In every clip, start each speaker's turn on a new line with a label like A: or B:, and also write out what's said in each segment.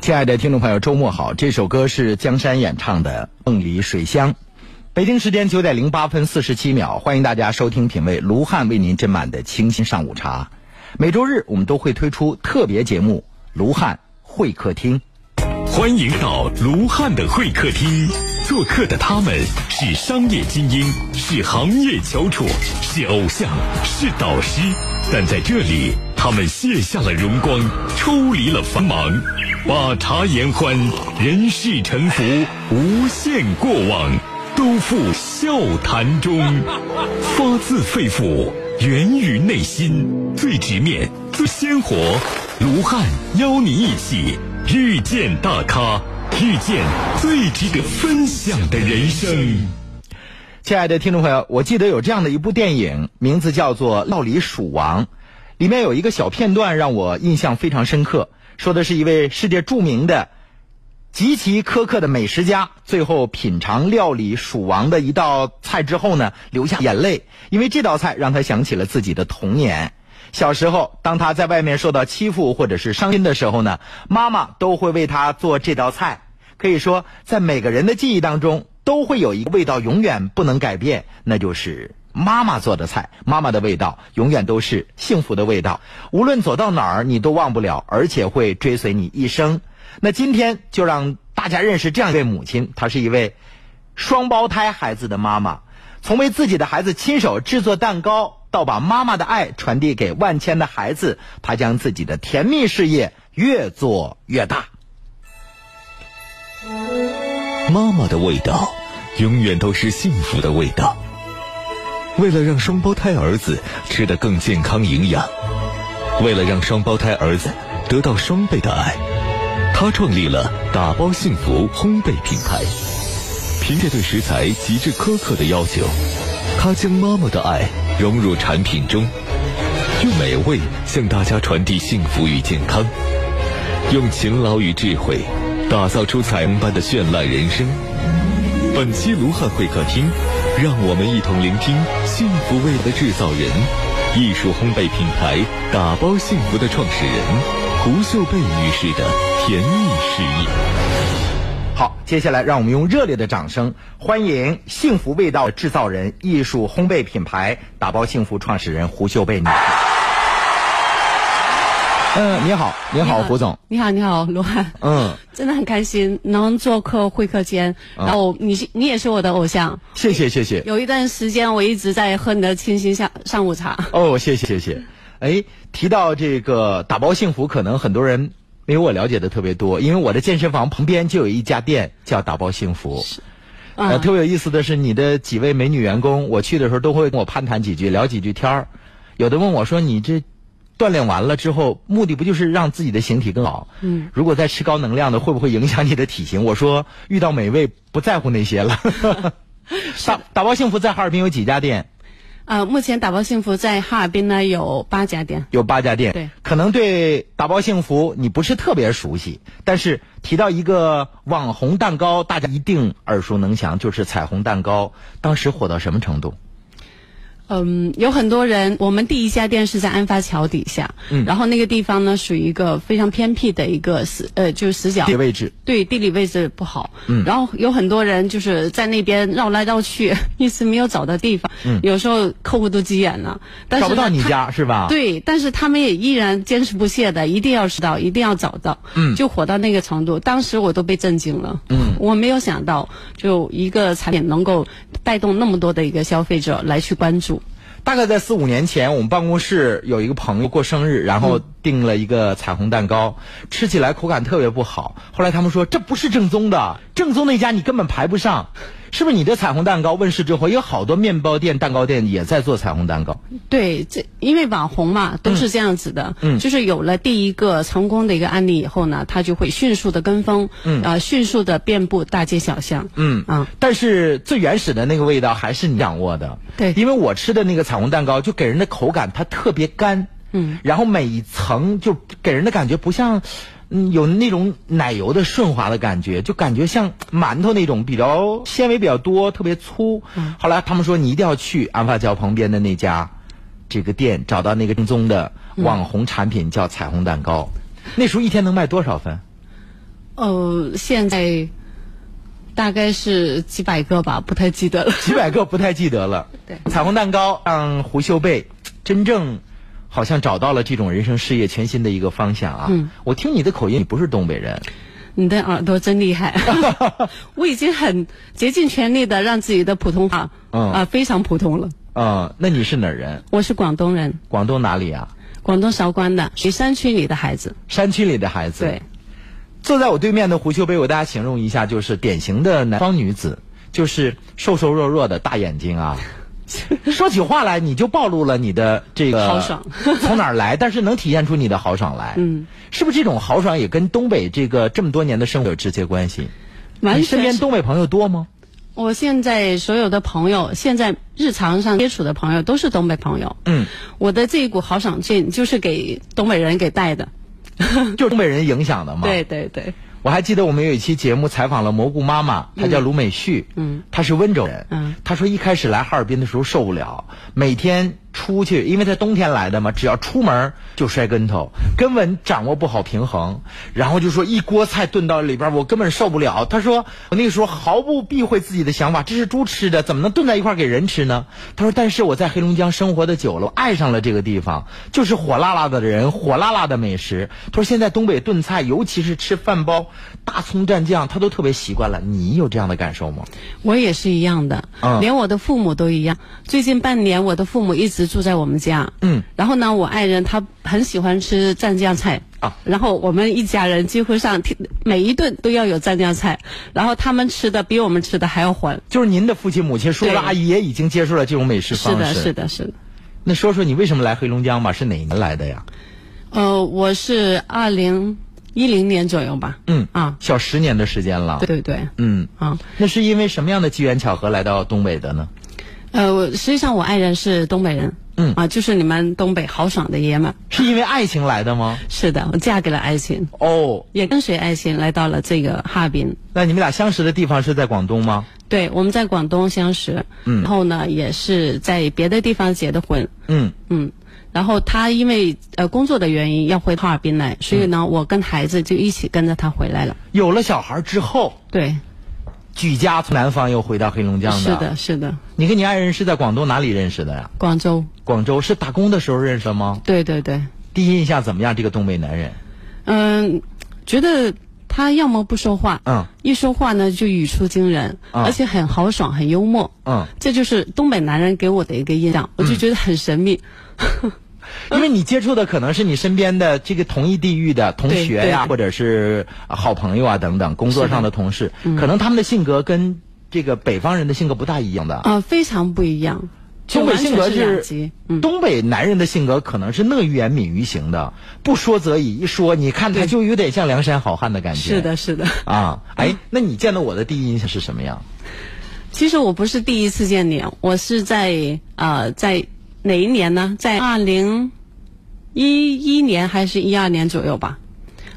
A: 亲爱的听众朋友，周末好！这首歌是江山演唱的《梦里水乡》。北京时间九点零八分四十七秒，欢迎大家收听品味卢汉为您斟满的清新上午茶。每周日我们都会推出特别节目《卢汉会客厅》。
B: 欢迎到卢汉的会客厅做客的他们是商业精英，是行业翘楚，是偶像，是导师。但在这里，他们卸下了荣光，抽离了繁忙，把茶言欢，人世沉浮，无限过往，都付笑谈中，发自肺腑，源于内心，最直面，最鲜活。卢汉邀你一起遇见大咖，遇见最值得分享的人生。
A: 亲爱的听众朋友，我记得有这样的一部电影，名字叫做《料理鼠王》，里面有一个小片段让我印象非常深刻，说的是一位世界著名的、极其苛刻的美食家，最后品尝料理鼠王的一道菜之后呢，流下眼泪，因为这道菜让他想起了自己的童年。小时候，当他在外面受到欺负或者是伤心的时候呢，妈妈都会为他做这道菜。可以说，在每个人的记忆当中，都会有一个味道永远不能改变，那就是妈妈做的菜。妈妈的味道永远都是幸福的味道，无论走到哪儿，你都忘不了，而且会追随你一生。那今天就让大家认识这样一位母亲，她是一位双胞胎孩子的妈妈，从为自己的孩子亲手制作蛋糕。到把妈妈的爱传递给万千的孩子，他将自己的甜蜜事业越做越大。
B: 妈妈的味道，永远都是幸福的味道。为了让双胞胎儿子吃得更健康营养，为了让双胞胎儿子得到双倍的爱，他创立了打包幸福烘焙品牌。凭借对食材极致苛刻的要求，他将妈妈的爱融入产品中，用美味向大家传递幸福与健康，用勤劳与智慧打造出彩虹般的绚烂人生。本期卢汉会客厅，让我们一同聆听幸福味的制造人、艺术烘焙品牌打包幸福的创始人胡秀贝女士的甜蜜事业。
A: 好，接下来让我们用热烈的掌声欢迎幸福味道制造人、艺术烘焙品牌打包幸福创始人胡秀贝女士。嗯，你好，你好，胡总。
C: 你好，你好，罗汉，
A: 嗯，
C: 真的很开心能做客会客间，然后你是你也是我的偶像。
A: 谢谢，谢谢。
C: 有一段时间我一直在喝你的清新上上午茶，
A: 哦，谢谢，谢谢。哎，提到这个打包幸福，可能很多人没有我了解的特别多，因为我的健身房旁边就有一家店叫打包幸福。
C: 啊
A: 呃，
C: 嗯
A: 特别有意思的是，你的几位美女员工，我去的时候都会跟我攀谈几句，聊几句天儿。有的问我说：“你这锻炼完了之后，目的不就是让自己的形体更好？嗯，如果再吃高能量的，会不会影响你的体型？”我说：“遇到美味，不在乎那些了。 打”打包幸福在哈尔滨有几家店？
C: 呃，目前打包幸福在哈尔滨呢有八家店。
A: 有八家店，
C: 对
A: 可能对打包幸福你不是特别熟悉，但是提到一个网红蛋糕，大家一定耳熟能详，就是彩虹蛋糕，当时火到什么程度？
C: 嗯，有很多人，我们第一家店是在安发桥底下，嗯，然后那个地方呢属于一个非常偏僻的一个死呃就是死角
A: 这。位置，
C: 对地理位置不好，嗯，然后有很多人就是在那边绕来绕去， 一直没有找到地方，嗯，有时候客户都急眼了，但是
A: 找不到
C: 呢
A: 你
C: 他
A: 家是吧？，
C: 对，但是他们也依然坚持不懈的，一定要知道，一定要找到，嗯，就火到那个程度。当时我都被震惊了，嗯，我没有想到，就一个产品能够带动那么多的一个消费者来去关注。
A: 大概在四五年前，我们办公室有一个朋友过生日，然后订了一个彩虹蛋糕，吃起来口感特别不好。后来他们说这不是正宗的，正宗那家你根本排不上。是不是你的彩虹蛋糕问世之后，有好多面包店、蛋糕店也在做彩虹蛋糕？
C: 对，这因为网红嘛，都是这样子的，嗯，就是有了第一个成功的一个案例以后呢，他就会迅速的跟风，嗯，啊，迅速的遍布大街小巷，
A: 嗯
C: 啊，
A: 但是最原始的那个味道还是你掌握的。
C: 对
A: 因为我吃的那个彩虹蛋糕，就给人的口感它特别干，嗯，然后每一层就给人的感觉不像，嗯，有那种奶油的顺滑的感觉，就感觉像馒头那种比较纤维比较多，特别粗。后来他们说你一定要去安发桥旁边的那家这个店，找到那个正宗的网红产品，叫彩虹蛋糕。那时候一天能卖多少份？
C: 呃，现在大概是几百个吧，不太记得了。
A: 几百个不太记得了。
C: 对
A: 彩虹蛋糕让胡秀贝真正好像找到了这种人生事业全新的一个方向啊。
C: 嗯，
A: 我听你的口音，你不是东北人，
C: 你的耳朵真 厉害，我已经很竭尽全力的让自己的普通话啊、
A: 嗯
C: 非常普通了。
A: 嗯，那你是哪儿人？
C: 我是广东人，
A: 广东哪里啊？
C: 广东韶关的水山区里的孩子。
A: 山区里的孩子。
C: 对，，
A: 坐在我对面的胡秀贝，我大家形容一下，就是典型的南方女子，就是瘦瘦弱弱的大眼睛 啊。说起话来，你就暴露了你的这个
C: 豪爽
A: 从哪儿来，但是能体现出你的豪爽来。
C: 嗯，
A: 是不是这种豪爽也跟东北这个这么多年的生活有直接关系？
C: 完
A: 你哎身
C: 全
A: 边
C: 是。
A: 东北朋友多吗？
C: 我现在所有的朋友，现在日常上接触的朋友都是东北朋友。
A: 嗯，
C: 我的这一股豪爽劲就是给东北人给带的。
A: 就是东北人影响的嘛。
C: 对，对对，
A: 我还记得我们有一期节目采访了蘑菇妈妈，她叫卢美旭，
C: 嗯，
A: 她是温州人，
C: 嗯，
A: 她说一开始来哈尔滨的时候受不了，每天出去，因为她冬天来的嘛，只要出门就摔跟头，根本掌握不好平衡，然后就说一锅菜炖到里边，我根本受不了。她说我那个时候毫不避讳自己的想法，这是猪吃的，怎么能炖在一块儿给人吃呢？她说，但是我在黑龙江生活的久了，我爱上了这个地方，就是火辣辣的人，火辣辣的美食。她说现在东北炖菜，尤其是吃饭包、大葱蘸酱，她都特别习惯了。你有这样的感受吗？
C: 我也是一样的，
A: 嗯
C: 连我的父母都一样。最近半年，我的父母一直住在我们家。
A: 嗯，
C: 然后呢，我爱人他很喜欢吃蘸酱菜
A: 啊，
C: 然后我们一家人几乎上天每一顿都要有蘸酱菜，然后他们吃的比我们吃的还要欢。
A: 就是您的父亲、母亲、叔叔、
C: 对
A: 阿姨也已经接受了这种美食
C: 是
A: 方
C: 的，
A: 式。
C: 是
A: 的。
C: 的，是的。
A: 那说说你为什么来黑龙江吧？是哪一年来的呀？
C: 呃，我是二零一零年左右吧。
A: 嗯
C: 啊，
A: 小十年的时间了。
C: 对。对对，
A: 嗯，
C: 啊，
A: 那是因为什么样的机缘巧合来到东北的呢？
C: 呃，我实际上我爱人是东北人。
A: 嗯
C: 啊，就是你们东北豪爽的爷们儿。
A: 是因为爱情来的吗？
C: 是的，我嫁给了爱情，
A: 哦，
C: 也跟随爱情来到了这个哈尔滨。
A: 那你们俩相识的地方是在广东吗？
C: 对，我们在广东相识，
A: 嗯
C: 然后呢，也是在别的地方结的婚，
A: 嗯，
C: 嗯，然后他因为呃工作的原因要回哈尔滨来，所
A: 嗯
C: 以呢，我跟孩子就一起跟着他回来了。
A: 有了小孩之后，
C: 对，
A: 举家从南方又回到黑龙江的。啊
C: 是的，，是的，
A: 你跟你爱人是在广东哪里认识的呀？
C: 广州，
A: 广州是打工的时候认识的吗？
C: 对对对，
A: 第一印象怎么样？这个东北男人，
C: 嗯，觉得他要么不说话，
A: 嗯
C: 一说话呢就语出惊人，
A: 啊
C: 而且很豪爽，很幽默。
A: 嗯，
C: 这就是东北男人给我的一个印象，我就觉得很神秘。
A: 因为你接触的可能是你身边的这个同一地域的同学呀、
C: 对对
A: 或者是呃好朋友啊等等，工作上的同事，
C: 嗯
A: 可能他们的性格跟这个北方人的性格不大一样的。
C: 啊、非常不一样。
A: 东北性格
C: 就完全是两极嗯，
A: 东北男人的性格可能是乐于言敏于行的，不说则已，一说你看他就有点像梁山好汉的感觉。
C: 是的，是的。
A: 啊，哎，那你见到我的第一印象是什么样？
C: 其实我不是第一次见你，我是在呃，在哪一年呢？在二零一一年还是一二年左右吧。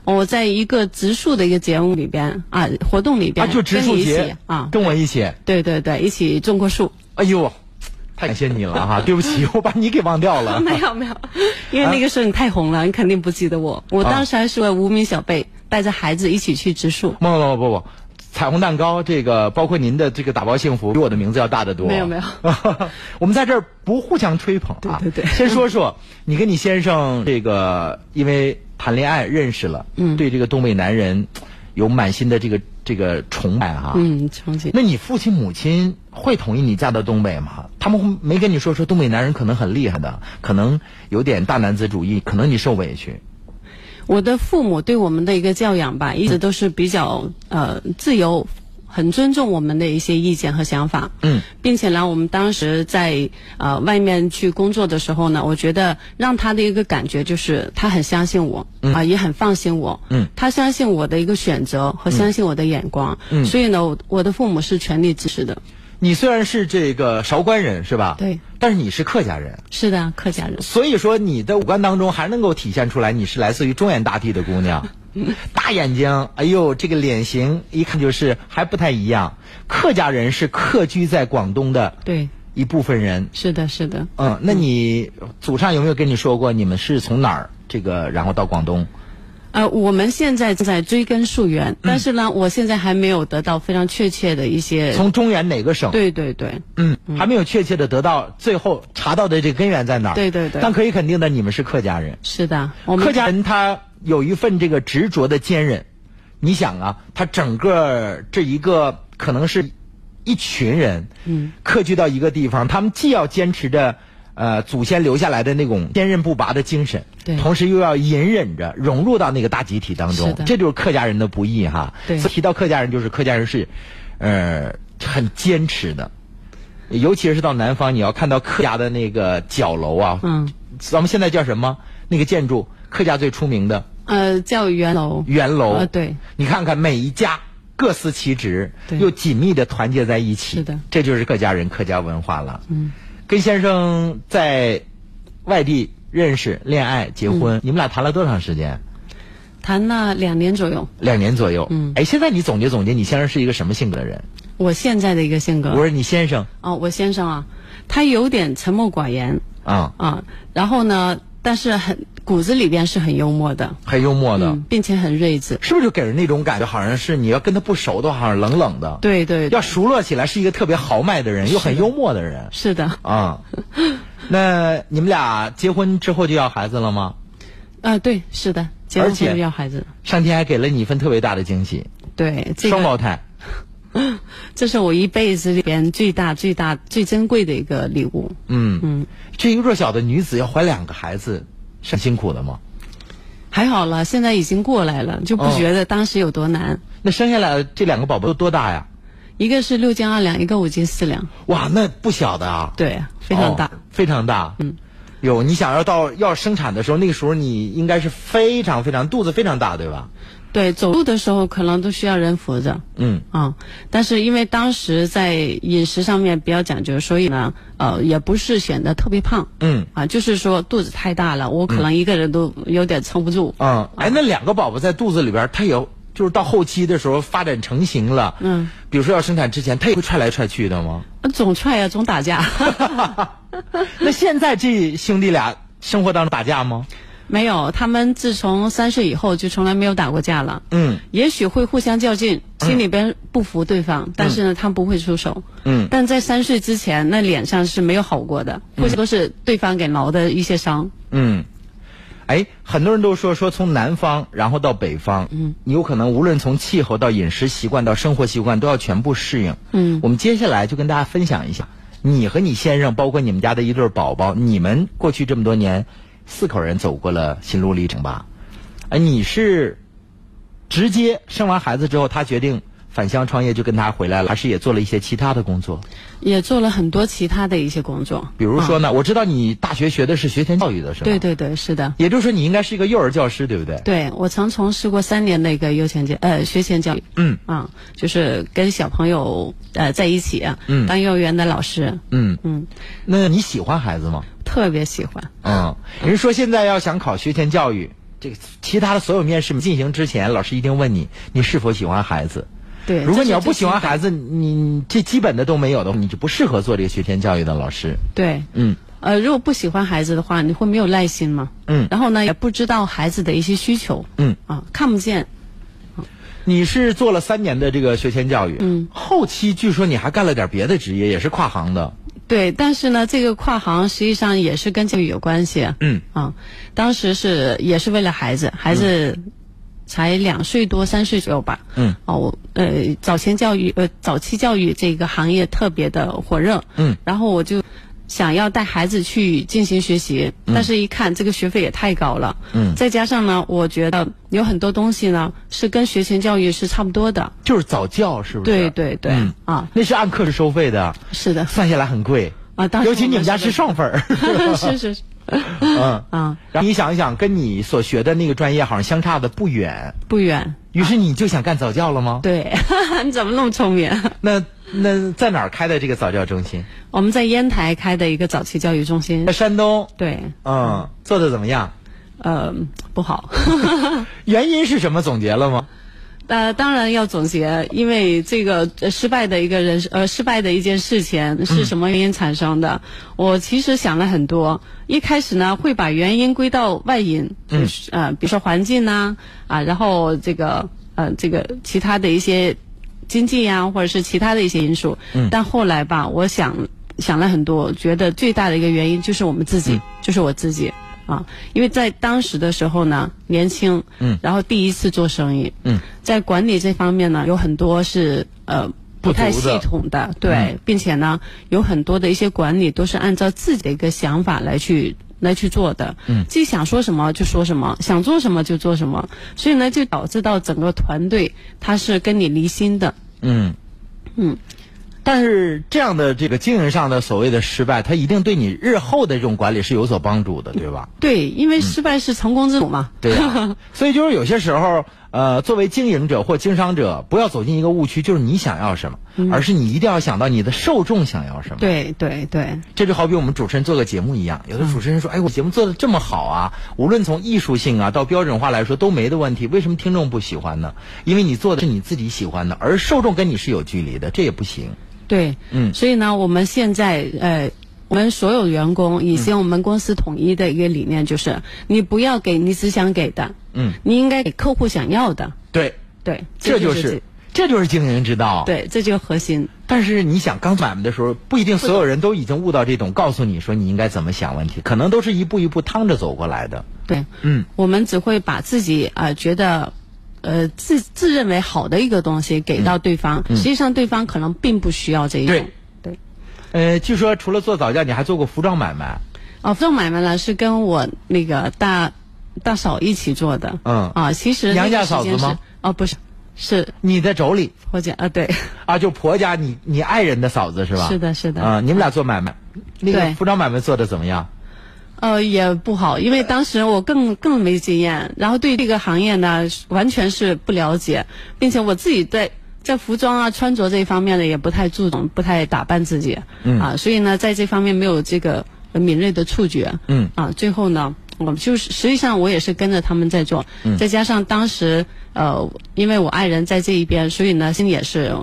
C: 我在一个植树的一个节目里边啊，活动里边
A: 啊，就植树
C: 跟你一
A: 节
C: 起啊，
A: 跟我一起。
C: 对对对，一起种过树。
A: 哎呦，太感谢你了哈、对不起，我把你给忘掉了。
C: 没有没有，啊因为那个时候你太红了，你肯定不记得我。我当时还是个无名小辈，带着孩子一起去植树。
A: 不不不不不，彩虹蛋糕这个，包括您的这个打包幸福，比我的名字要大得多。
C: 没有没有，
A: 我们在这儿不互相吹捧啊。
C: 对对对
A: 先说说你跟你先生这个，因为谈恋爱认识了，嗯，对这个东北男人有满心的这个这个崇拜哈、
C: 嗯，憧憬。
A: 那你父亲母亲会同意你嫁到东北吗？他们会没跟你说说东北男人可能很厉害的，可能有点大男子主义，可能你受委屈。
C: 我的父母对我们的一个教养吧，一直都是比较呃自由，很尊重我们的一些意见和想法。
A: 嗯，
C: 并且呢，我们当时在呃外面去工作的时候呢，我觉得让他的一个感觉就是他很相信我，啊、也很放心我。
A: 嗯，
C: 他相信我的一个选择和相信我的眼光。
A: 嗯
C: 所以呢，我我的父母是全力支持的。
A: 你虽然是这个韶关人是吧？
C: 对，
A: 但是你是客家人。
C: 是的，客家人。
A: 所以说，你的五官当中还能够体现出来，你是来自于中原大地的姑 娘，大眼睛，哎呦，这个脸型一看就是还不太一样。客家人是客居在广东的
C: 对，
A: 一部分人，
C: 是的，是的。
A: 嗯，那你祖上有没有跟你说过，你们是从哪儿这个然后到广东？
C: 呃，我们现在正在追根溯源，但是呢，我现在还没有得到非常确切的一些。
A: 从中原哪个省？
C: 对对对，
A: 嗯，还没有确切的得到最后查到的这个根源在哪儿。
C: 对对对
A: 但可以肯定的，你们是客家人。
C: 是的，我们
A: 客家人他有一份这个执着的坚韧。你想啊，他整个这一个可能是一群人，嗯，客居到一个地方，他们既要坚持着呃祖先留下来的那种坚韧不拔的精神，
C: 对
A: 同时又要隐忍着融入到那个大集体当
C: 是
A: 中
C: 的，
A: 这就是客家人的不易哈。
C: 对
A: 所以提到客家人，就是客家人是，呃，很坚持的。尤其是到南方，你要看到客家的那个角楼啊，
C: 嗯，
A: 咱们现在叫什么？那个建筑，客家最出名的
C: 呃叫元楼，
A: 圆楼。
C: 呃对，
A: 你看看每一家各司其职，
C: 对
A: 又紧密的团结在一起，
C: 是的
A: 这就是客家人、客家文化了。嗯，跟先生在外地认识、恋爱、结
C: 嗯
A: 婚，你们俩谈了多长时间？
C: 谈了两年左右。
A: 两年左右。嗯，哎，现在你总结总结，你先生是一个什么性格的人？
C: 我现在的一个性格，
A: 我说你先生
C: 哦，我先生啊，他有点沉默寡言
A: 啊、
C: 啊，然后呢，但是很骨子里边是很幽默的，
A: 很幽默的。
C: 嗯，并且很睿智。
A: 是不是就给人那种感觉，好像是你要跟他不熟的话，好像冷冷的。
C: 对对，
A: 要熟络起来，是一个特别豪迈的人，又很幽默的人
C: 是的，
A: 啊。那你们俩结婚之后就要孩子了吗？
C: 啊，对，是的，结
A: 而
C: 婚
A: 且
C: 后要孩子，
A: 上天还给了你一份特别大的惊喜，
C: 对，这
A: 双
C: 个
A: 胞胎。
C: 这是我一辈子里边最大、最大、最珍贵的一个礼物。
A: 嗯嗯，这一个弱小的女子要怀两个孩子，是很辛苦的吗？
C: 还好了，现在已经过来了，就不
A: 哦
C: 觉得当时有多难。
A: 那生下来这两个宝宝都多大呀？
C: 一个是六斤二两，一个五斤四两，
A: 哇，那不小的啊，
C: 对，非常大。
A: 哦非常大。嗯，有你想要到要生产的时候，那个时候你应该是非常非常肚子非常大，对吧？
C: 对，走路的时候可能都需要人扶着。
A: 嗯
C: 啊、但是因为当时在饮食上面比较讲究，所以呢，呃，也不是显得特别胖。
A: 嗯
C: 啊，就是说肚子太大了，我可能一个人都有点撑不住。
A: 嗯，哎，那两个宝宝在肚子里边，他有就是到后期的时候发展成型了，
C: 嗯，
A: 比如说要生产之前，他也会踹来踹去的吗？
C: 啊总踹呀、总打架，
A: 那现在这兄弟俩生活当中打架吗？
C: 没有，他们自从三岁以后就从来没有打过架了。
A: 嗯，
C: 也许会互相较劲，心里边不服对方，但是呢，他们不会出手。
A: 嗯，
C: 但在三岁之前，那脸上是没有好过的，互相都是对方给挠的一些伤。
A: 嗯，哎，很多人都说说从南方然后到北方，嗯，你有可能无论从气候到饮食习惯到生活习惯都要全部适应。
C: 嗯
A: 我们接下来就跟大家分享一下，你和你先生，包括你们家的一对宝宝，你们过去这么多年，四口人走过了心路历程吧？哎，你是直接生完孩子之后，他决定返乡创业，就跟他回来了，还是也做了一些其他的工作？
C: 也做了很多其他的一些工作，
A: 比如说呢，我知道你大学学的是学前教育的，是吧？
C: 啊对。对对，是的，
A: 也就是说，你应该是一个幼儿教师，对不对？
C: 对我曾从事过三年的一个幼前教呃学前教育，
A: 嗯
C: 啊，就是跟小朋友呃在一起，
A: 嗯
C: 当幼儿园的老师，
A: 嗯，
C: 嗯，
A: 那你喜欢孩子吗？
C: 特别喜欢，
A: 嗯，人说现在要想考学前教育，这个其他的所有面试进行之前，老师一定问你你是否喜欢孩子。
C: 对。
A: 如果
C: 这
A: 你要
C: 是
A: 不
C: 最
A: 喜欢
C: 基本
A: 孩子，你这基本的都没有的话，你就不适合做这个学前教育的老师。
C: 对，
A: 嗯
C: 呃，如果不喜欢孩子的话，你会没有耐心嘛？
A: 嗯
C: 然后呢，也不知道孩子的一些需求，
A: 嗯，
C: 啊，看不见，
A: 你是做了三年的这个学前教育，嗯，后期据说你还干了点别的职业，也是跨行的。
C: 对，但是呢，这个跨行实际上也是跟教育有关系。
A: 嗯，
C: 啊，当时是也是为了孩子，孩子才两岁多、三岁左右吧。
A: 嗯，
C: 哦，我呃，早前教育呃，早期教育这个行业特别的火热。
A: 嗯，
C: 然后我就想要带孩子去进行学习，但是一看这个学费也太高了。
A: 嗯
C: 再加上呢，我觉得有很多东西呢是跟学前教育是差不多的。
A: 就是早教是不是？
C: 对对对，
A: 嗯
C: 啊，
A: 那是按课时收费的，
C: 是的
A: 算下来很贵。
C: 啊，当时
A: 尤其你们家
C: 我
A: 是
C: 是
A: 双分儿，
C: 的 是是是
A: 嗯。
C: 啊，
A: 然后你想一想，跟你所学的那个专业好像相差的不远，
C: 不远。
A: 于是你就想干早教了吗？
C: 对， 你怎么那么聪明？
A: 那那在哪儿开的这个早教中心？
C: 我们在烟台开的一个早期教育中心
A: 在，山东。
C: 对，
A: 嗯，做的怎么样？
C: 呃，不好，
A: 原因是什么？总结了吗？
C: 呃，当然要总结，因为这个呃失败的一个人，呃，失败的一件事情是什么原因产生的？我其实想了很多，一开始呢会把原因归到外因，就是呃，比如说环境呐、啊，然后这个呃，这个其他的一些经济呀、或者是其他的一些因素。但后来吧，我想想了很多，觉得最大的一个原因就是我们自己，就是我自己。啊，因为在当时的时候呢，年轻，嗯，然后第一次做生意，嗯，在管理这方面呢，有很多是呃
A: 不足
C: 不嗯
A: 的
C: 太系统的，对，并且呢，有很多的一些管理都是按照自己的一个想法来去。来去做的，嗯，自己想说什么就说什么，想做什么就做什么，所以呢，就导致到整个团队他是跟你离心的，
A: 嗯，
C: 嗯，
A: 但是这样的这个经营上的所谓的失败，它一定对你日后的这种管理是有所帮助的，对吧？
C: 对，因
A: 嗯
C: 为失败是成功之母嘛，
A: 对呀、 所以就是有些时候，呃，作为经营者或经商者，不要走进一个误区，就是你想要什么，而是你一定要想到你的受众想要什么。
C: 对对对，
A: 这就好比我们主持人做个节目一样，有的主持人说：“哎，我节目做的这么好啊，无论从艺术性啊到标准化来说都没的问题，为什么听众不喜欢呢？因为你做的是你自己喜欢的，而受众跟你是有距离的，这也不行。
C: 对，
A: 嗯
C: 所以呢，我们现在呃，我们所有员
A: 嗯
C: 工以前我们公司统一的一个理念就是，你不要给你只想给的，
A: 嗯，
C: 你应该给客户想要的，
A: 对，
C: 对，
A: 这就
C: 这
A: 是这就是经营之道。，
C: 对，这就是核心，
A: 但是你想刚买卖的时候，不一定所有人都已经悟到这种告诉你说你应该怎么想问题，可能都是一步一步趟着走过来的。
C: 对，
A: 嗯，
C: 我们只会把自己啊、呃觉得。呃，自自认为好的一个东西给到对方，实际上对方可能并不需要这一种。
A: 嗯对呃，据说除了做早教，你还做过服装买卖。
C: 啊，服装买卖呢是跟我那个大大嫂一起做的。
A: 嗯
C: 啊，其实那
A: 娘家
C: 个时
A: 嫂子
C: 间是
A: 吗？
C: 哦，不是，是
A: 你在妯娌
C: 我姐啊，对，
A: 啊，就婆家你你爱人的嫂子是吧？
C: 是的是的
A: 啊、你们俩做买卖，那个
C: 对
A: 服装买卖做的怎么样？
C: 呃，也不好，因为当时我更更没经验，然后对这个行业呢完全是不了解，并且我自己在。在服装啊、穿着这一方面呢，也不太注重，不太打扮自己，嗯、啊，所以呢，在这方面没有这个呃敏锐的触觉，
A: 嗯，
C: 啊，最后呢，我们就是实际上我也是跟着他们在做，嗯、再加上当时呃，因为我爱人在这一边，所以呢，心里也是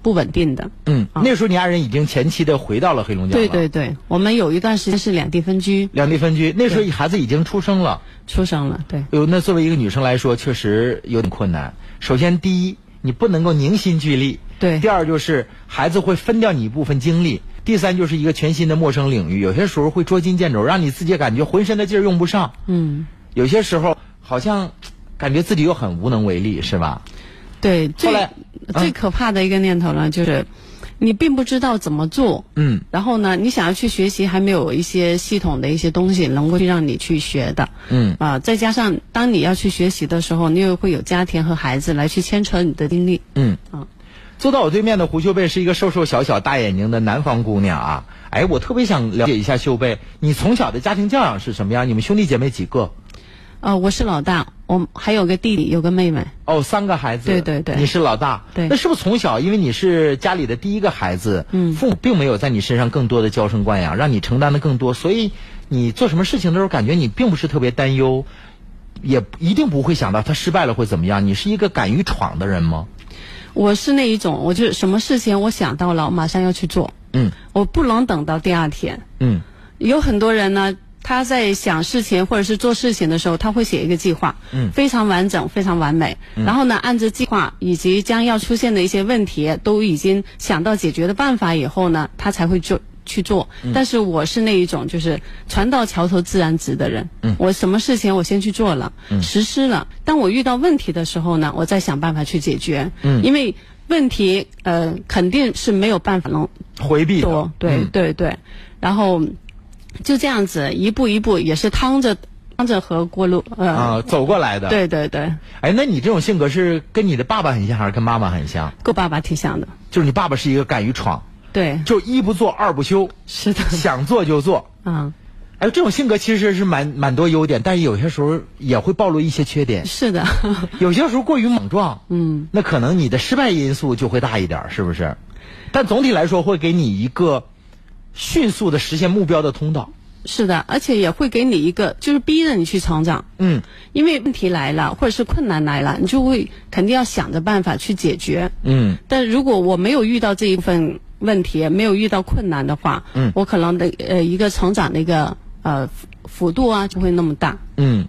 C: 不稳定的，
A: 嗯，那时候你爱人已经前期的回到了黑龙江了，
C: 哦对对对，我们有一段时间是两地分居，
A: 两地分居。那时候孩子已经出生了，
C: 出生了，对。
A: 哎呦，那作为一个女生来说，确实有点困难。首先，第一，你不能够凝心聚力；
C: 对
A: 第二，就是孩子会分掉你一部分精力；第三，就是一个全新的陌生领域，有些时候会捉襟见肘，让你自己感觉浑身的劲儿用不上。
C: 嗯
A: 有些时候好像感觉自己又很无能为力，是吧？，
C: 对，最
A: 来嗯
C: 最可怕的一个念头呢，就是你并不知道怎么做，
A: 嗯，
C: 然后呢，你想要去学习，还没有一些系统的一些东西能够去让你去学的，
A: 嗯
C: 啊、再加上当你要去学习的时候，你又会有家庭和孩子来去牵扯你的精力，
A: 嗯
C: 啊，
A: 坐到我对面的胡秀贝是一个瘦瘦小小、大眼睛的南方姑娘啊。哎，我特别想了解一下秀贝，你从小的家庭教养是什么样？你们兄弟姐妹几个？
C: 啊，我是老大，我还有个弟弟，有个妹妹，
A: 哦，三个孩子。
C: 对对对
A: 你是老大。
C: 对
A: 那是不是从小因为你是家里的第一个孩子，嗯，父母并没有在你身上更多的娇生惯养，让你承担的更多，所以你做什么事情的时候，感觉你并不是特别担忧，也一定不会想到他失败了会怎么样。你是一个敢于闯的人吗？
C: 我是那一种，我就是什么事情我想到了，我马上要去做，
A: 嗯
C: 我不能等到第二天，
A: 嗯
C: 有很多人呢，他在想事情或者是做事情的时候，他会写一个计划，
A: 嗯
C: 非常完整，非常完美。然后呢，按照计划以及将要出现的一些问题，都已经想到解决的办法以后呢，他才会做。去做，但是我是那一种就是船到桥头自然直的人。嗯，我什么事情我先去做了，实施了。当我遇到问题的时候呢，我再想办法去解决。嗯，因为问题呃肯定是没有办法能
A: 回避的
C: 多，对、
A: 嗯
C: 对对，然后就这样子一步一步，也是趟着趟着河过路，呃，
A: 啊、走过来的。，
C: 对对对，
A: 哎，那你这种性格是跟你的爸爸很像，还是跟妈妈很像？
C: 跟我爸爸挺像的，
A: 就是你爸爸是一个敢于闯，
C: 对，
A: 就一不做二不 休，
C: 是的，
A: 想做就做。
C: 啊、
A: 哎，这种性格其实是蛮蛮多优点，但是有些时候也会暴露一些缺点。
C: 是的，
A: 有些时候过于莽撞，
C: 嗯，
A: 那可能你的失败因素就会大一点儿，是不是？但总体来说会给你一个迅速的实现目标的通道。
C: 是的，而且也会给你一个，就是逼着你去成长。
A: 嗯，
C: 因为问题来了，或者是困难来了，你就会肯定要想着办法去解决。
A: 嗯，
C: 但如果我没有遇到这一份问题，没有遇到困难的话，
A: 嗯
C: 我可能的呃一个成长的一个呃幅幅度啊就会那么大。
A: 嗯，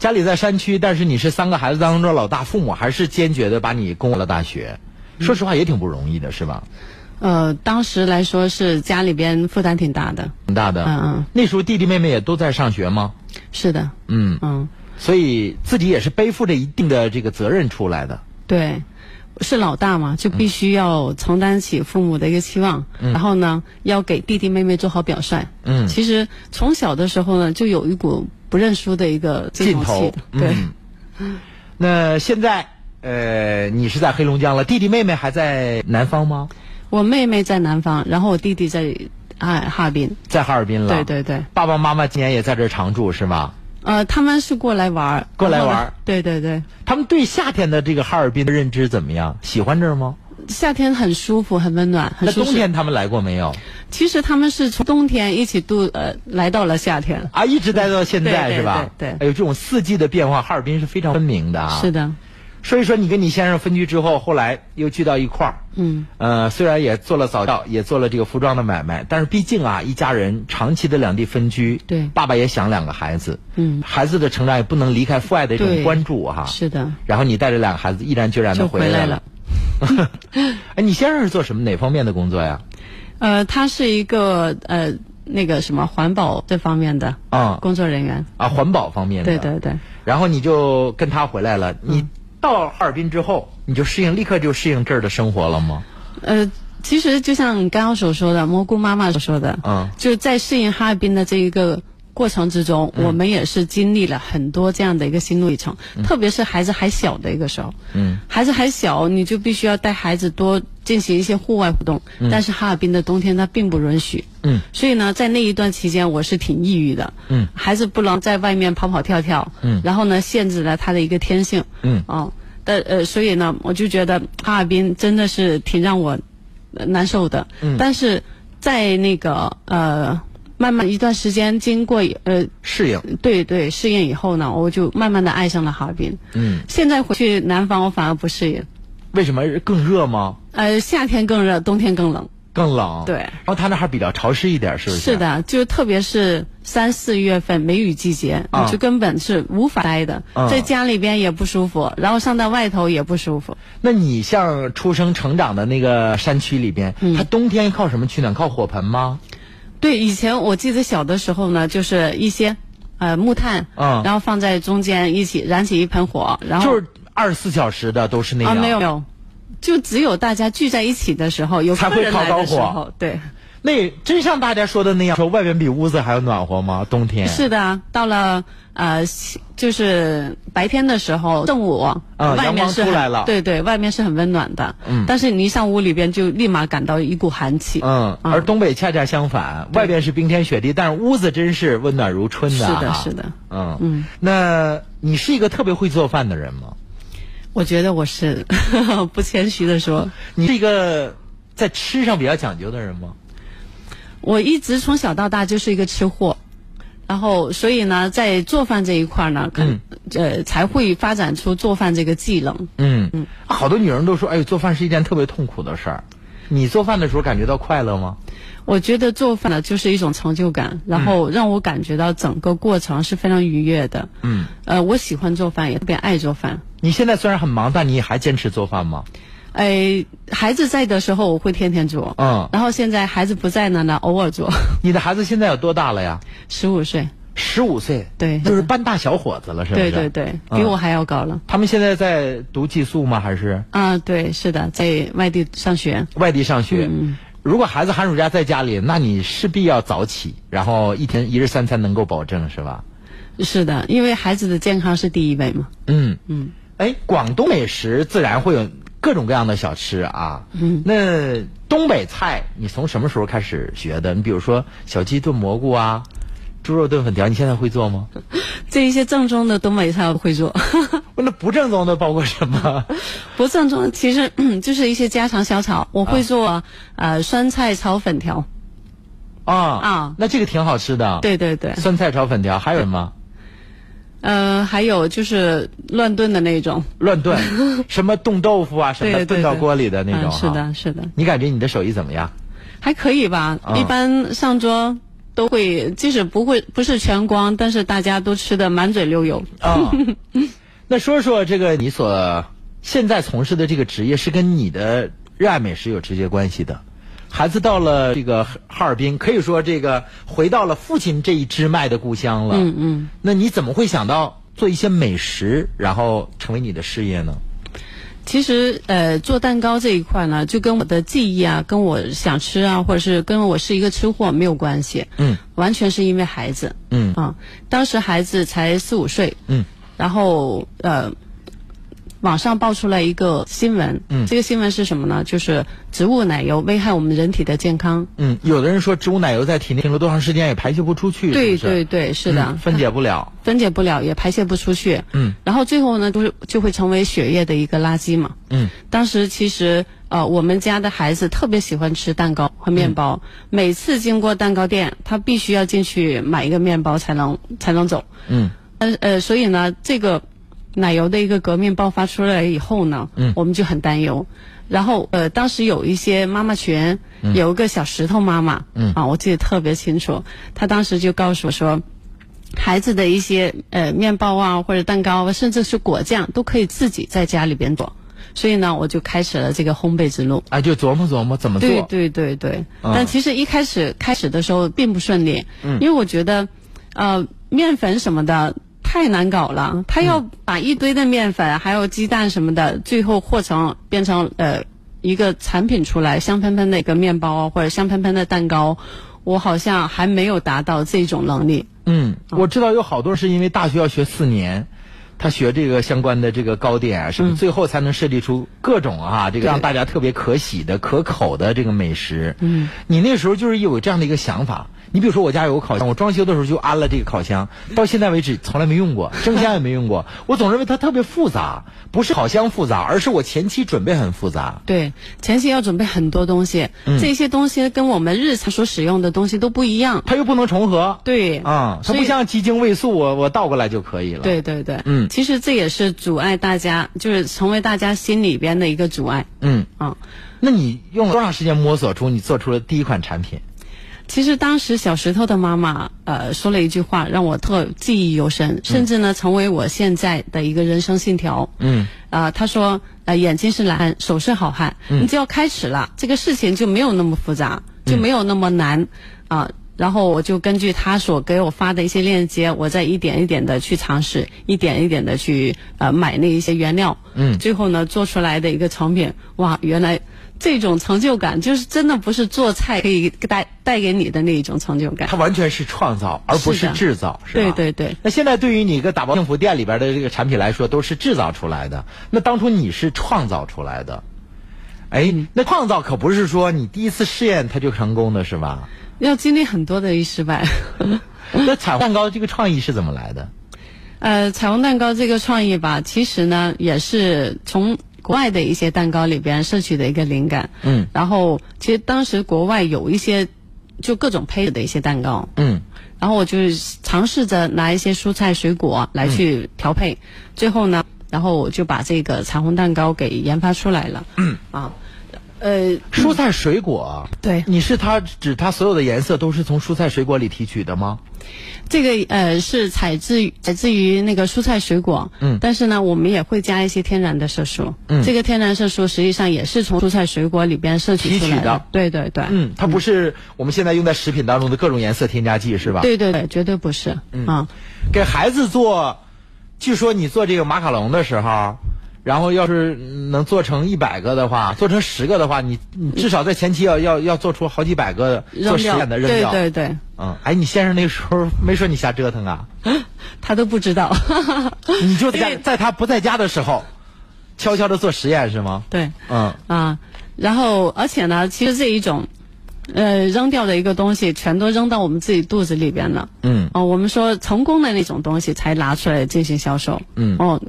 A: 家里在山区，但是你是三个孩子当中的老大，父母还是坚决的把你供到了大学。
C: 嗯
A: 说实话，也挺不容易的，是吧？
C: 呃，当时来说是家里边负担挺大的，
A: 挺大的。
C: 嗯嗯，
A: 那时候弟弟妹妹也都在上学吗？
C: 是的，
A: 嗯，
C: 嗯，
A: 所以自己也是背负着一定的这个责任出来的。
C: 对，是老大嘛，就必须要承担起父母的一个期望，然后呢，要给弟弟妹妹做好表率。
A: 嗯
C: 其实从小的时候呢，就有一股不认输的一个这
A: 劲
C: 种
A: 头
C: 气，。对。
A: 嗯，那现在呃，你是在黑龙江了，弟弟妹妹还在南方吗？
C: 我妹妹在南方，然后我弟弟在哈哈尔滨。
A: 在哈尔滨了。
C: 对。对对，
A: 爸爸妈妈今年也在这儿常住是吗？
C: 呃，他们是过来玩儿，
A: 过来玩儿
C: 然后呢对对对，
A: 他们对夏天的这个哈尔滨的认知怎么样？喜欢这儿吗？
C: 夏天很舒服，很温暖，很
A: 那
C: 舒
A: 冬
C: 适。
A: 天他们来过没有？
C: 其实他们是从冬天一起度呃来到了夏天。
A: 啊，一直待到现在
C: 对对
A: 是吧？
C: 对对
A: 哎呦，这种四季的变化，哈尔滨是非常分明的啊。
C: 是。的，
A: 所以说，你跟你先生分居之后，后来又聚到一块儿。
C: 嗯。
A: 呃，虽然也做了早教，也做了这个服装的买卖，但是毕竟啊，一家人长期的两地分居，
C: 对
A: 爸爸也想两个孩子，
C: 嗯
A: 孩子的成长也不能离开父爱的这种
C: 对
A: 关注哈、
C: 是的，
A: 然后你带着两个孩子，毅然决然的
C: 就
A: 来
C: 回来了。
A: 哎，你先生是做什么哪方面的工作呀？
C: 呃，他是一个呃那个什么环保这方面的
A: 啊
C: 工作人员。
A: 啊，环保方面的。
C: 对对对，
A: 然后你就跟他回来
C: 嗯
A: 了。你到哈尔滨之后，你就适应，立刻就适应这儿的生活了吗？
C: 呃，其实就像你刚刚所说的，蘑菇妈妈所说的，
A: 嗯
C: 就在适应哈尔滨的这一个。过程之中，
A: 嗯
C: 我们也是经历了很多这样的一个心路历程，特别是孩子还小的一个时候，
A: 嗯，
C: 孩子还小，你就必须要带孩子多进行一些户外活动，但是哈尔滨的冬天它并不允许，
A: 嗯，
C: 所以呢，在那一段期间，我是挺抑郁的。
A: 嗯，
C: 孩子不能在外面跑跑跳跳。
A: 嗯
C: 然后呢，限制了他的一个天性。
A: 嗯
C: 哦，但呃，所以呢，我就觉得哈尔滨真的是挺让我呃难受的。嗯，但是在那个呃，慢慢一段时间，经过呃，
A: 适应。
C: 对对适应以后呢，我就慢慢的爱上了哈尔滨。
A: 嗯，
C: 现在回去南方，我反而不适应。
A: 为什么更热吗？
C: 呃，夏天更热，冬天更冷。
A: 更冷。
C: 对
A: 然后他那还比较潮湿一点，是不是？
C: 是。的，就特别是三四月份梅雨季节，
A: 啊
C: 你就根本是无法待的，
A: 啊
C: 在家里边也不舒服，然后上到外头也不舒服。
A: 那你像出生成长的那个山区里边，
C: 嗯
A: 它冬天靠什么取暖？靠火盆吗？
C: 对，以前我记得小的时候呢，就是一些呃木炭，
A: 啊
C: 然后放在中间一起燃起一盆火，然后
A: 就是二十四小时的都是那
C: 哦啊
A: 样。
C: 没有没有，就只有大家聚在一起的时候，有
A: 才
C: 客
A: 会
C: 人来
A: 烤着
C: 的时
A: 火
C: 候，对。
A: 那真像大家说的那样，说外边比屋子还要暖和吗？冬天。。
C: 是的啊，到了呃，西就是白天的时候，正午，外
A: 哦阳
C: 面
A: 光
C: 是
A: 出
C: 很
A: 来了
C: 对对，外面是很温暖的。
A: 嗯
C: 但是你一上屋里边就立马感到一股寒气。啊
A: 嗯，而东北恰恰相反，
C: 对
A: 外边是冰天雪地，但是屋子真是温暖如春的、啊。
C: 是的是的。
A: 嗯
C: 嗯，
A: 那你是一个特别会做饭的人吗？
C: 我觉得我是 不谦虚的说，
A: 你是一个在吃上比较讲究的人吗？
C: 我一直从小到大就是一个吃货。然后，所以呢，在做饭这一块呢，可能、呃才会发展出做饭这个技能。
A: 嗯嗯，好多女人都说，哎呦，做饭是一件特别痛苦的事儿。你做饭的时候感觉到快乐吗？
C: 我觉得做饭呢就是一种成就感，
A: 嗯
C: 然后让我感觉到整个过程是非常愉悦的。
A: 嗯，
C: 呃，我喜欢做饭，也特别爱做饭。
A: 你现在虽然很忙，但你还坚持做饭吗？
C: 哎，孩子在的时候我会天天做，
A: 嗯，
C: 然后现在孩子不在呢呢，偶尔做。
A: 你的孩子现在有多大了呀？
C: 十五岁，
A: 十五岁，
C: 对
A: 就是半大小伙子了，是不是？
C: 对对对，
A: 嗯
C: 比我还要高了。
A: 他们现在在读寄宿吗？还是
C: 啊，对，是的，在外地上学。
A: 外地上学？
C: 嗯
A: 如果孩子寒暑假在家里，那你势必要早起，然后一天一日三餐能够保证，是吧？
C: 是的，因为孩子的健康是第一位嘛。
A: 嗯
C: 嗯，
A: 哎，广东美食自然会有各种各样的小吃啊。嗯，那东北菜你从什么时候开始学的？你比如说小鸡炖蘑菇啊，猪肉炖粉条，你现在会做吗？
C: 嗯这一些正宗的东北菜我会做，
A: 那不正宗的包括什么？
C: 不正宗其实
A: 啊
C: 就是一些家常小炒。我会做、呃酸菜炒粉条，
A: 啊
C: 啊
A: 那这个挺好吃的。，
C: 对对对，
A: 酸菜炒粉条还有什么？
C: 呃，还有就是乱炖的那种，
A: 乱炖，什么冻豆腐啊什么的，
C: 对对
A: 炖到
C: 对
A: 锅里的那种
C: 嗯，
A: 哈。
C: 是的，是的，
A: 你感觉你的手艺怎么样？
C: 还可以吧。
A: 嗯
C: 一般上桌都会，即使不会不是全光，但是大家都吃的满嘴流油。
A: 啊、 那说说这个你所现在从事的这个职业是跟你的热爱美食有直接关系的。孩子到了这个哈尔滨，可以说这个回到了父亲这一支脉的故乡了。
C: 嗯嗯。
A: 那你怎么会想到做一些美食，然后成为你的事业呢？
C: 其实，呃，做蛋糕这一块呢，就跟我的记忆啊，跟我想吃啊，或者是跟我是一个吃货没有关系。
A: 嗯，
C: 完全是因为孩子。
A: 嗯
C: 啊，当时孩子才四五岁。
A: 嗯，
C: 然后呃，网上爆出来一个新闻。嗯，这个新闻是什么呢？就是植物奶油危害我们人体的健康。
A: 嗯，有的人说植物奶油在体内停留多长时间也排泄不出去，
C: 对
A: 是不是
C: 对对，是的，
A: 嗯分解不了。
C: 分解不了，也排泄不出去。
A: 嗯，
C: 然后最后呢，就是就会成为血液的一个垃圾嘛。
A: 嗯，
C: 当时其实呃，我们家的孩子特别喜欢吃蛋糕和面包，
A: 嗯
C: 每次经过蛋糕店，他必须要进去买一个面包才能才能走。
A: 嗯
C: 呃呃，所以呢，这个奶油的一个革命爆发出来以后呢，
A: 嗯
C: 我们就很担忧。然后呃，当时有一些妈妈群，有一个小石头妈妈，
A: 嗯
C: 啊，我记得特别清楚，她当时就告诉我说。孩子的一些呃面包啊，或者蛋糕啊，甚至是果酱，都可以自己在家里边做。所以呢，我就开始了这个烘焙之路。
A: 啊，就琢磨琢磨怎么做。
C: 对对对对，
A: 嗯
C: 但其实一开始开始的时候并不顺利，因为我觉得，呃，面粉什么的太难搞了，他要把一堆的面粉还有鸡蛋什么的，最后和成变成呃一个产品出来，香喷喷的一个面包或者香喷喷的蛋糕，我好像还没有达到这种能力。
A: 嗯，我知道有好多人是因为大学要学四年，他学这个相关的这个糕点啊什么，最后才能设计出各种啊这个
C: 嗯对
A: 让大家特别可喜的、可口的这个美食。嗯，你那时候就是有这样的一个想法。你比如说，我家有个烤箱，我装修的时候就安了这个烤箱，到现在为止从来没 用过，蒸箱也没用过。我总认为它特别复杂，不是烤箱复杂，而是我前期准备很复杂。
C: 对，前期要准备很多东西，这些东西跟我们日常所使用的东西都不一样。
A: 它又不能重合，
C: 对，
A: 啊、它
C: 所
A: 不
C: 以
A: 像鸡精、味素，我我倒过来就可以了。，
C: 对对对，
A: 嗯
C: 其实这也是阻碍大家，就是成为大家心里边的一个阻碍
A: 嗯。
C: 啊、
A: 那你用了多长时间摸索出你做出了第一款产品？
C: 其实当时小石头的妈妈呃说了一句话，让我特记忆犹深，甚至呢成为我现在的一个人生信条。
A: 嗯，
C: 啊、她说呃眼睛是蓝，手是好汉，
A: 嗯
C: 你只要开始了，这个事情就没有那么复杂，就没有那么难啊。然后我就根据她所给我发的一些链接，我再一点一点的去尝试，一点一点的去呃买那一些原料，
A: 嗯
C: 最后呢做出来的一个成品，哇，原来这种成就感就是真的不是做菜可以带带给你的那一种成就感
A: 它。完全是创造，而不
C: 是
A: 是
C: 的
A: 制造，是
C: 对
A: 吧？
C: 对对，
A: 那现在对于你一个打包幸福店里边的这个产品来说，都是制造出来的。那当初你是创造出来的，哎，那创造可不是说你第一次试验它就成功的，是吧？
C: 要经历很多的一失败。
A: 那彩虹蛋糕这个创意是怎么来的？
C: 呃，彩虹蛋糕这个创意吧，其实呢也是从国外的一些蛋糕里边摄取的一个灵感。
A: 嗯
C: 然后其实当时国外有一些就各种配的一些蛋糕，
A: 嗯
C: 然后我就是尝试着拿一些蔬菜水果来去调配，最后呢，然后我就把这个彩虹蛋糕给研发出来了。嗯啊，呃，
A: 蔬菜水果，
C: 对，
A: 你是它指它所有的颜色都是从蔬菜水果里提取的吗？
C: 这个呃是采自于采自于那个蔬菜水果，
A: 嗯
C: 但是呢，我们也会加一些天然的色素，
A: 嗯
C: 这个天然色素实际上也是从蔬菜水果里边摄取出
A: 提
C: 来
A: 取的
C: 对对对，
A: 嗯，它不是我们现在用在食品当中的各种颜色添加剂，是吧？
C: 对对对，绝对不是，嗯啊，
A: 给孩子做，据说你做这个马卡龙的时候，然后要是能做成一百个的话，做成十个的话，你你至少在前期要要要做出好几百个
C: 扔
A: 做实
C: 掉，
A: 验的扔
C: 对
A: 掉。
C: 对对，
A: 嗯，哎，你先生那时候没说你瞎折腾啊，
C: 他都不知道，
A: 你就在
C: 因
A: 家
C: 为
A: 在他不在家的时候，悄悄的做实验是吗？
C: 对。
A: 嗯
C: 啊，然后而且呢，其实这一种呃扔掉的一个东西，全都扔到我们自己肚子里边了。
A: 嗯，
C: 哦，我们说成功的那种东西才拿出来进行销售。
A: 嗯
C: 哦，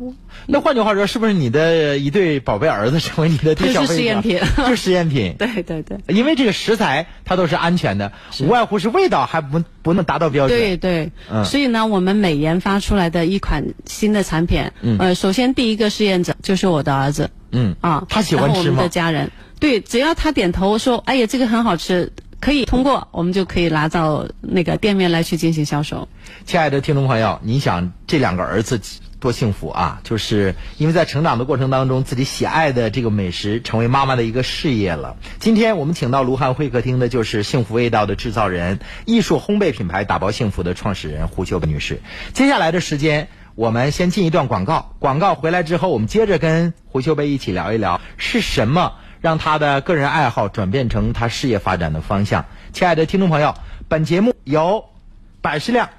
A: 那换句话说，是不是你的一对宝贝儿子成为你的对
C: 就
A: 小
C: 是
A: 费
C: 实验
A: 者
C: 品
A: 就是实验品。
C: 对对对
A: 因为这个食材它都是安全的，无外乎是味道还不不能达到标准。
C: 对对、
A: 嗯
C: 所以呢，我们每研发出来的一款新的产品，呃，首先第一个试验者就是我的儿子。
A: 嗯
C: 啊，
A: 他喜欢
C: 然后我
A: 吃
C: 们
A: 吗
C: 的家人，对，只要他点头说，哎呀，这个很好吃，可以通过，我们就可以拿到那个店面来去进行销售。
A: 亲爱的听众朋友，你想这两个儿子多幸福啊！就是因为在成长的过程当中，自己喜爱的这个美食成为妈妈的一个事业了。今天我们请到卢汉会客厅的就是幸福味道的制造人、艺术烘焙品牌打包幸福的创始人胡秀本女士。接下来的时间，我们先进一段广告，广告回来之后，我们接着跟胡秀贝一起聊一聊是什么。让他的个人爱好转变成他事业发展的方向。亲爱的听众朋友，本节目由百事亮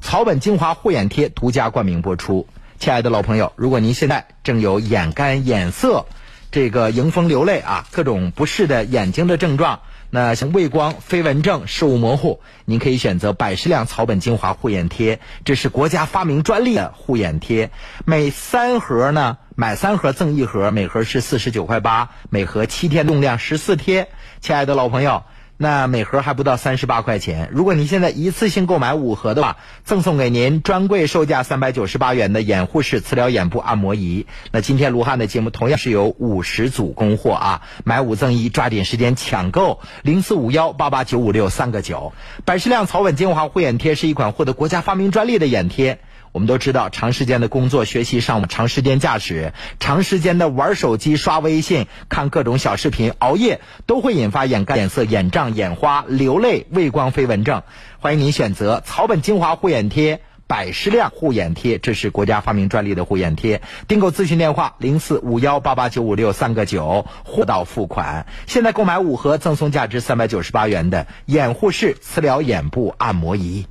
A: 草本精华护眼贴独家冠名播出。亲爱的老朋友，如果您现在正有眼干、眼涩、这个迎风流泪啊，各种不适的眼睛的症状，那像畏光、飞蚊症、视物模糊，您可以选择百十亮草本精华护眼贴，这是国家发明专利的护眼贴，每三盒呢买三盒赠一盒，每盒是四十九块八，每盒七天用量十四贴。亲爱的老朋友。那每盒还不到三十八块钱。如果您现在一次性购买五盒的话，赠送给您专柜售价三百九十八元的眼护式磁疗眼部按摩仪。那今天卢汉的节目同样是有五十组供货啊，买五赠一，抓紧时间抢购零四五幺八八九五六三个九。百事亮草本精华护眼贴是一款获得国家发明专利的眼贴。我们都知道，长时间的工作、学习、上网、长时间驾驶、长时间的玩手机、刷微信、看各种小视频、熬夜，都会引发眼干、眼涩、眼胀、眼花、流泪、畏光、飞蚊症。欢迎您选择草本精华护眼贴。百诗亮护眼贴，这是国家发明专利的护眼贴。订购咨询电话零四五幺八八九五六三个九，货到付款。现在购买五盒，赠送价值三百九十八元的眼护式磁疗眼部按摩仪。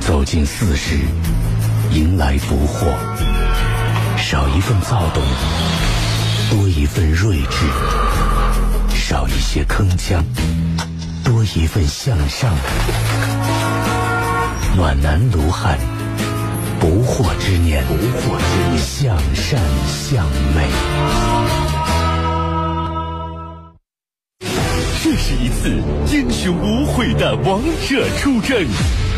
D: 走进四十，迎来不惑，少一份躁动，多一份睿智；少一些铿锵，多一份向上。暖男卢汉，不惑之年，不惑之年，向善向美。
B: 这是一次英雄无悔的王者出征，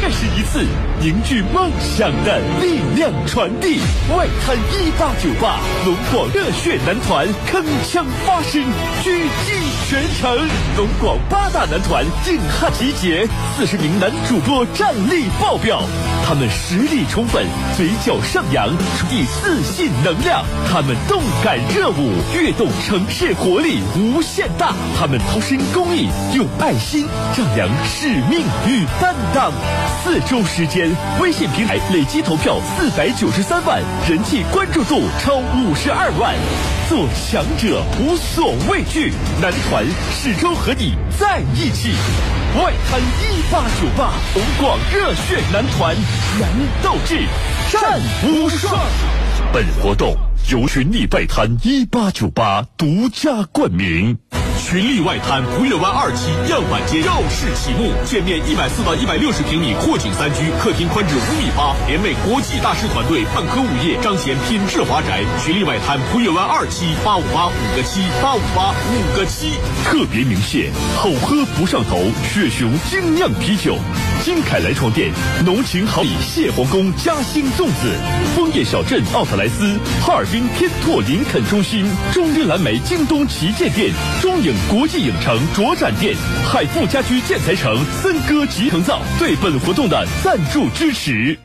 B: 这是一次凝聚梦想的力量传递。外滩一八九八龙广热血男团铿锵发声，狙击全城。龙广八大男团硬汉集结，四十名男主播战力爆表，他们实力充分，嘴角上扬，传递自信能量。他们动感热舞，跃动城市活力无限大。他们投身公益，用爱心丈量使命与担当。四周时间，微信平台累计投票四百九十三万，人气关注度超五十二万。做强者无所畏惧，男团始终和你在一起。外滩一八九八，龙广热血男团，燃斗志，战无双。本活动由群力外滩一八九八独家冠名。
E: 群力外滩湖月湾二期样板间绕式启幕，建面一百四到一百六十平米，阔景三居，客厅宽至五米八，联袂国际大师团队办科物业，彰显品质华宅。群力外滩湖月湾二期八五八五个七八五八五个七。
B: 特别鸣谢，好喝不上头，雪熊精酿啤酒，金凯莱床垫，浓情好礼蟹黄宫嘉兴粽子，枫叶小镇奥特莱斯，哈尔滨天拓林肯中心，中日蓝莓京东旗舰店，中影国际影城卓展店，海富家居建材城，森哥集成灶对本活动的赞助支持。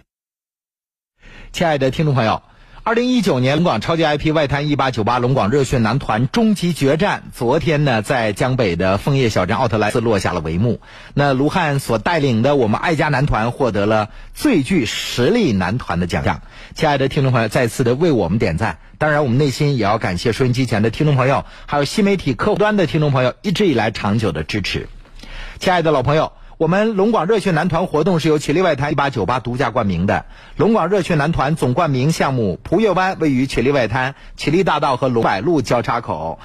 A: 亲爱的听众朋友，二零一九年龙广超级 IP 外滩一八九八龙广热血男团终极决战，昨天呢在江北的枫叶小镇奥特莱斯落下了帷幕。那卢汉所带领的我们爱家男团获得了最具实力男团的奖项。亲爱的听众朋友，再次的为我们点赞。当然，我们内心也要感谢收音机前的听众朋友，还有新媒体客户端的听众朋友一直以来长久的支持。亲爱的老朋友，我们龙广热血男团活动是由曲力外滩一八九八独家冠名的。龙广热血男团总冠名项目蒲月湾位于曲力外滩曲力大道和龙柏路交叉口。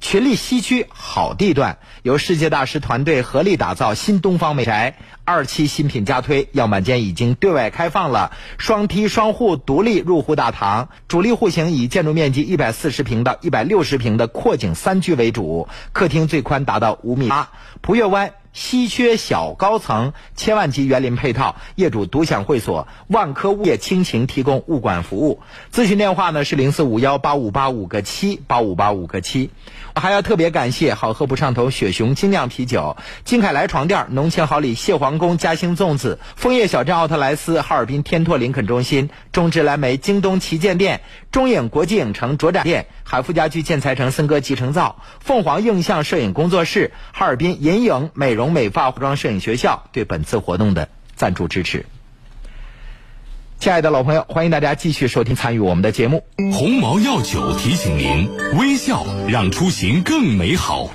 A: 群力西区好地段，由世界大师团队合力打造新东方美宅。二期新品加推，样板间已经对外开放了，双梯双户独立入户大堂，主力户型以建筑面积一百四十平到一百六十平的阔景三居为主，客厅最宽达到五米八。蒲月湾。稀缺小高层千万级园林配套，业主独享会所，万科物业倾情提供物管服务。咨询电话呢是零四五幺八五八五个七八五八五个七。我还要特别感谢好喝不上头雪熊精酿啤酒、金凯莱床垫、浓情好礼蟹黄宫嘉兴粽子、枫叶小镇奥特莱斯、哈尔滨天拓林肯中心、中植蓝莓京东旗舰店、中影国际影城卓展店、海富家居建材城森哥集成灶、凤凰映像摄影工作室、哈尔滨银影美容。容美发化妆摄影学校对本次活动的赞助支持。亲爱的老朋友，欢迎大家继续收听参与我们的节目。
B: 鸿茅药酒提醒您：微笑让出行更美好。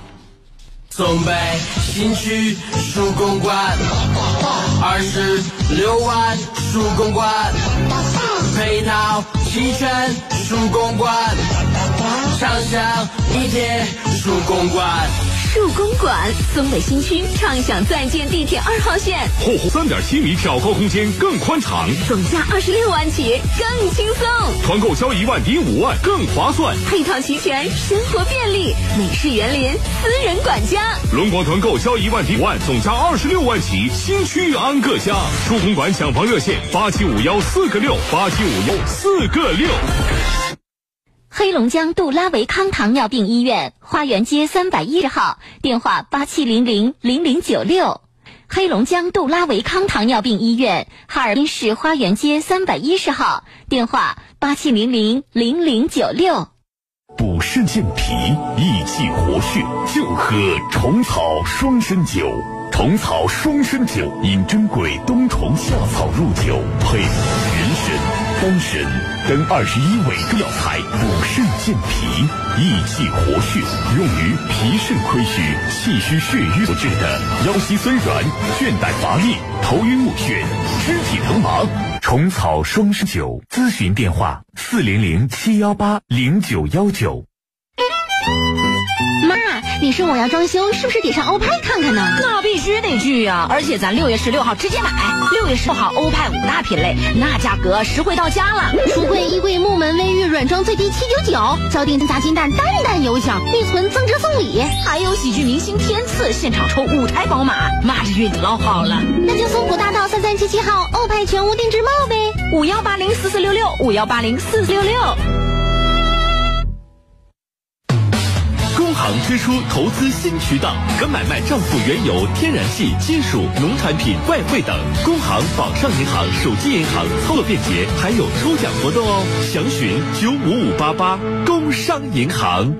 F: 松北新区树公馆，二十六万树公馆，配套齐全树公馆，上香地铁树公馆。
G: 树公馆，松北新区，畅享在建地铁二号线，
B: 后湖三点七米挑高空间更宽敞，
G: 总价二十六万起，更轻松，
B: 团购交一万抵五万更划算，
G: 配套齐全，生活便利，美式园林，私人管家。
B: 轮广团购交一万抵五万，总价二十六万起，新区安个家。树公馆抢房热线八七五幺四个六八七五幺四个六。
G: 黑龙江杜拉维康糖尿病医院花园街三百一十号，电话八七零零零零九六。黑龙江杜拉维康糖尿病医院哈尔滨市花园街三百一十号，电话八七零零零零九六。
B: 补肾健脾、益气活血，就喝虫草双参酒。虫草双参酒因珍贵冬虫夏草入酒，配人参。丹参等二十一味中药材补肾健脾、益气活血，用于脾肾亏虚、气虚血瘀所致的腰膝酸软、倦怠乏力、头晕目眩、肢体疼麻。虫草双参酒，咨询电话：四零零七幺八零九幺九。
H: 妈，你说我要装修，是不是得上欧派看看呢？
I: 那必须得去呀、而且咱六月十六号直接买，六月十六号欧派五大品类，那价格实惠到家了。
H: 橱柜、衣柜、木门、卫浴软装最低七九九，交定砸金蛋，蛋蛋有奖，预存增值送礼，
I: 还有喜剧明星天赐现场抽五台宝马，妈这运气老好了。
H: 那就松湖大道三三七七号欧派全屋定制帽呗。
I: 五幺八零四四六六，五幺八零四四六六。
B: 工行推出投资新渠道，可买卖账户原油、天然气、金属、农产品、外汇等。工行网上银行、手机银行操作便捷，还有抽奖活动哦。详询九五五八八工商银行。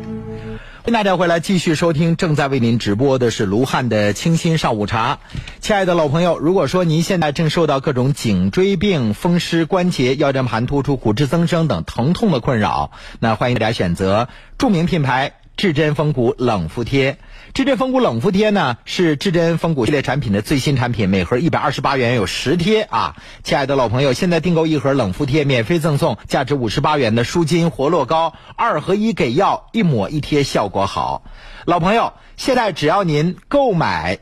A: 欢迎大家回来继续收听，正在为您直播的是卢汉的清新上午茶。亲爱的老朋友，如果说您现在正受到各种颈椎病、风湿关节、腰间盘突出、骨质增生等疼痛的困扰，那欢迎大家选择著名品牌至臻风骨冷敷贴。至臻风骨冷敷贴呢，是至臻风骨系列产品的最新产品，每盒一百二十八元，有十贴啊！亲爱的老朋友，现在订购一盒冷敷贴，免费赠送价值五十八元的舒筋活络膏，二合一给药，一抹一贴，效果好。老朋友，现在只要您购买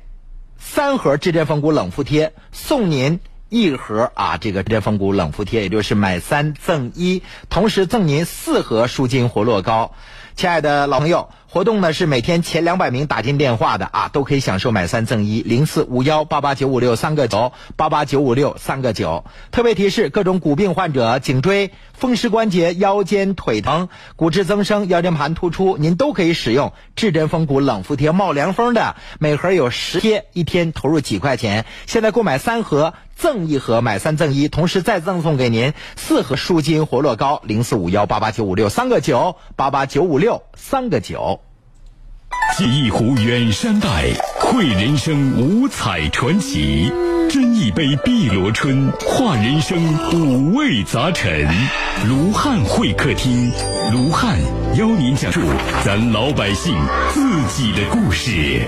A: 三盒至臻风骨冷敷贴，送您一盒啊，这个至臻风骨冷敷贴，也就是买三赠一，同时赠您四盒舒筋活络膏。亲爱的老朋友，活动呢是每天前两百名打进电话的啊，都可以享受买三赠一，零四五幺八八九五六三个九，八八九五六三个九。特别提示：各种骨病患者、颈椎、风湿关节、腰间、腿疼、骨质增生、腰间盘突出，您都可以使用至臻风骨冷敷贴，冒凉风的，每盒有十贴，一天投入几块钱。现在购买三盒。赠一盒，买三赠一，同时再赠送给您四盒舒筋活络膏，零四五幺八八九五六三个九，八八九五六三个九。
B: 借一壶远山黛，绘人生五彩传奇；斟一杯碧螺春，化人生五味杂陈。卢汉会客厅，卢汉邀您讲述咱老百姓自己的故事。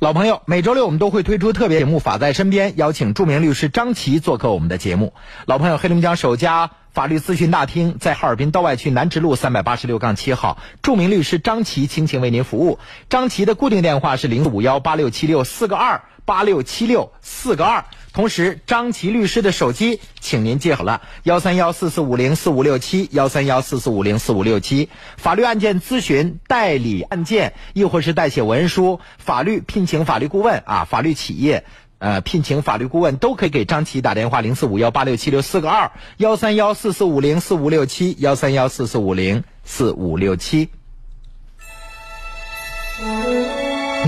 A: 老朋友，每周六我们都会推出特别节目《法在身边》，邀请著名律师张琪做客我们的节目。老朋友，黑龙江首家法律咨询大厅在哈尔滨道外区南直路三百八十六杠七号，著名律师张琪倾情为您服务。张琪的固定电话是零五幺八六七六四个二八六七六四个二。同时，张琪律师的手机，请您记好了：幺三幺四四五零四五六七，幺三幺四四五零四五六七。法律案件咨询、代理案件，亦或是代写文书、法律聘请法律顾问啊，法律企业。呃，聘请法律顾问都可以给张琪打电话零四五幺八六七六四个二幺三幺四四五零四五六七幺三幺四四五零四五六七。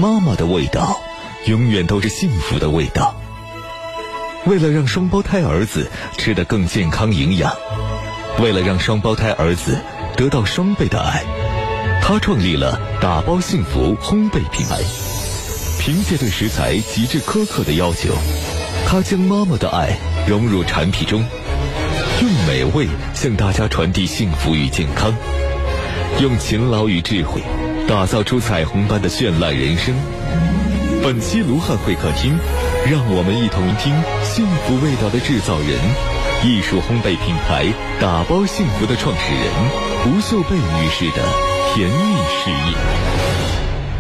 J: 妈妈的味道，永远都是幸福的味道。为了让双胞胎儿子吃得更健康营养，为了让双胞胎儿子得到双倍的爱，他创立了打包幸福烘焙品牌。凭借对食材极致苛刻的要求，他将妈妈的爱融入产品中，用美味向大家传递幸福与健康，用勤劳与智慧打造出彩虹般的绚烂人生。本期卢汉会客厅，让我们一同听幸福味道的制造人，艺术烘焙品牌打包幸福的创始人吴秀贝女士的甜蜜事业。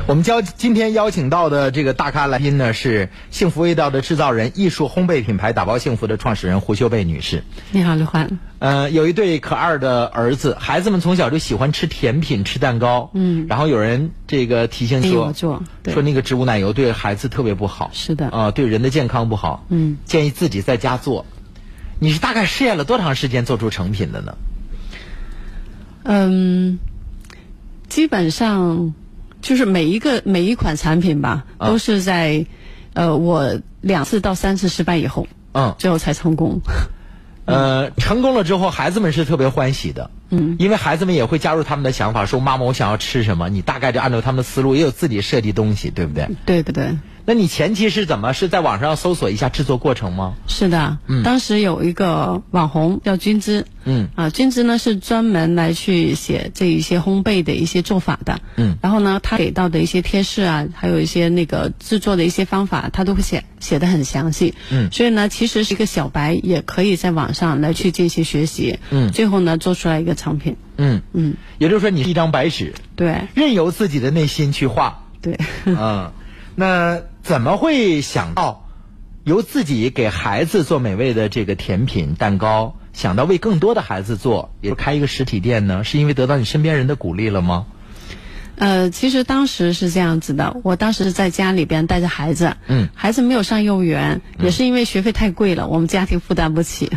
A: 我们邀今天邀请到的这个大咖来宾呢，是幸福味道的制造人、艺术烘焙品牌打包幸福的创始人胡秀贝女士。
C: 你好，刘欢。
A: 呃，有一对可爱的儿子，孩子们从小就喜欢吃甜品、吃蛋糕。
C: 嗯
A: 然后有人这个提醒
C: 建议
A: 说
C: 我，做对
A: 说那个植物奶油对孩子特别不好。
C: 是的
A: 啊、对人的健康不好。
C: 嗯，
A: 建议自己在家做。你是大概试验了多长时间做出成品的呢？
C: 嗯，基本上就是每一个每一款产品吧，
A: 啊
C: 都是在呃我两次到三次失败以后，
A: 嗯，
C: 最后才成功。
A: 呃，成功了之后，孩子们是特别欢喜的，嗯，因为孩子们也会加入他们的想法，说妈妈，我想要吃什么，你大概就按照他们的思路，也有自己设计东西，对不对？
C: 对对对，
A: 那你前期是怎么？是在网上搜索一下制作过程吗？
C: 是的。
A: 嗯
C: 当时有一个网红叫君之，
A: 嗯
C: 啊，君之呢是专门来去写这一些烘焙的一些做法的，
A: 嗯
C: 然后呢，他给到的一些贴士啊，还有一些那个制作的一些方法，他都会写写的很详细，
A: 嗯
C: 所以呢，其实是一个小白也可以在网上来去进行学习，
A: 嗯
C: 最后呢，做出来一个成品，
A: 嗯，
C: 嗯，
A: 也就是说你是一张白纸，
C: 对
A: 任由自己的内心去画。
C: 对，
A: 嗯，那怎么会想到由自己给孩子做美味的这个甜品蛋糕，想到为更多的孩子做，也开一个实体店呢？是因为得到你身边人的鼓励了吗？
C: 呃，其实当时是这样子的，我当时是在家里边带着孩子，
A: 嗯
C: 孩子没有上幼儿园，也是因为学费太贵了，我们家庭负担不起。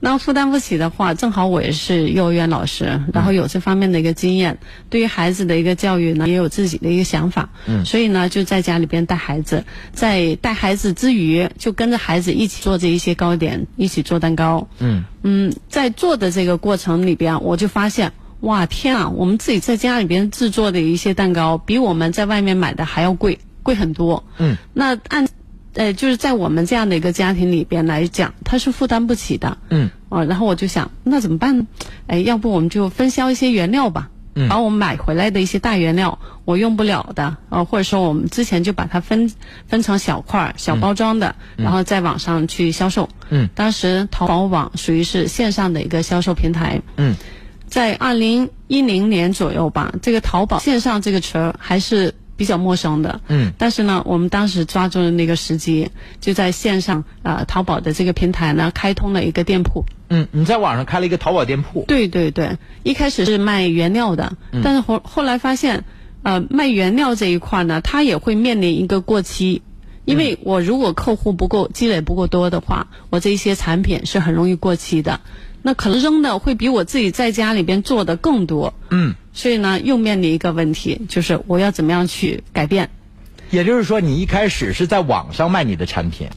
C: 那负担不起的话，正好我也是幼儿园老师，然后有这方面的一个经验，对于孩子的一个教育呢，也有自己的一个想法，嗯，所以呢，就在家里边带孩子，在带孩子之余，就跟着孩子一起做这一些糕点，一起做蛋糕，
A: 嗯
C: 嗯，在做的这个过程里边，我就发现，哇，天啊，我们自己在家里边制作的一些蛋糕，比我们在外面买的还要贵，贵很多。
A: 嗯，
C: 那按，呃，就是在我们这样的一个家庭里边来讲，他是负担不起的。
A: 嗯，
C: 啊，然后我就想，那怎么办呢？哎，要不我们就分销一些原料吧。
A: 嗯
C: 把我们买回来的一些大原料，我用不了的，呃，或者说我们之前就把它分分成小块儿、小包装的，然后在网上去销售。
A: 嗯
C: 当时淘宝网属于是线上的一个销售平台。
A: 嗯，
C: 在二零一零年左右吧，这个淘宝线上这个词儿还是比较陌生的。
A: 嗯
C: 但是呢，我们当时抓住了那个时机，就在线上啊、呃淘宝的这个平台呢，开通了一个店铺。
A: 嗯，你在网上开了一个淘宝店铺，
C: 对对对，一开始是卖原料的，
A: 嗯
C: 但是后后来发现，呃，卖原料这一块呢，它也会面临一个过期，因
A: 嗯
C: 为我如果客户不够积累不够多的话，我这一些产品是很容易过期的，那可能扔的会比我自己在家里边做的更多，
A: 嗯，
C: 所以呢，又面临一个问题，就是我要怎么样去改变。
A: 也就是说你一开始是在网上卖你的产品，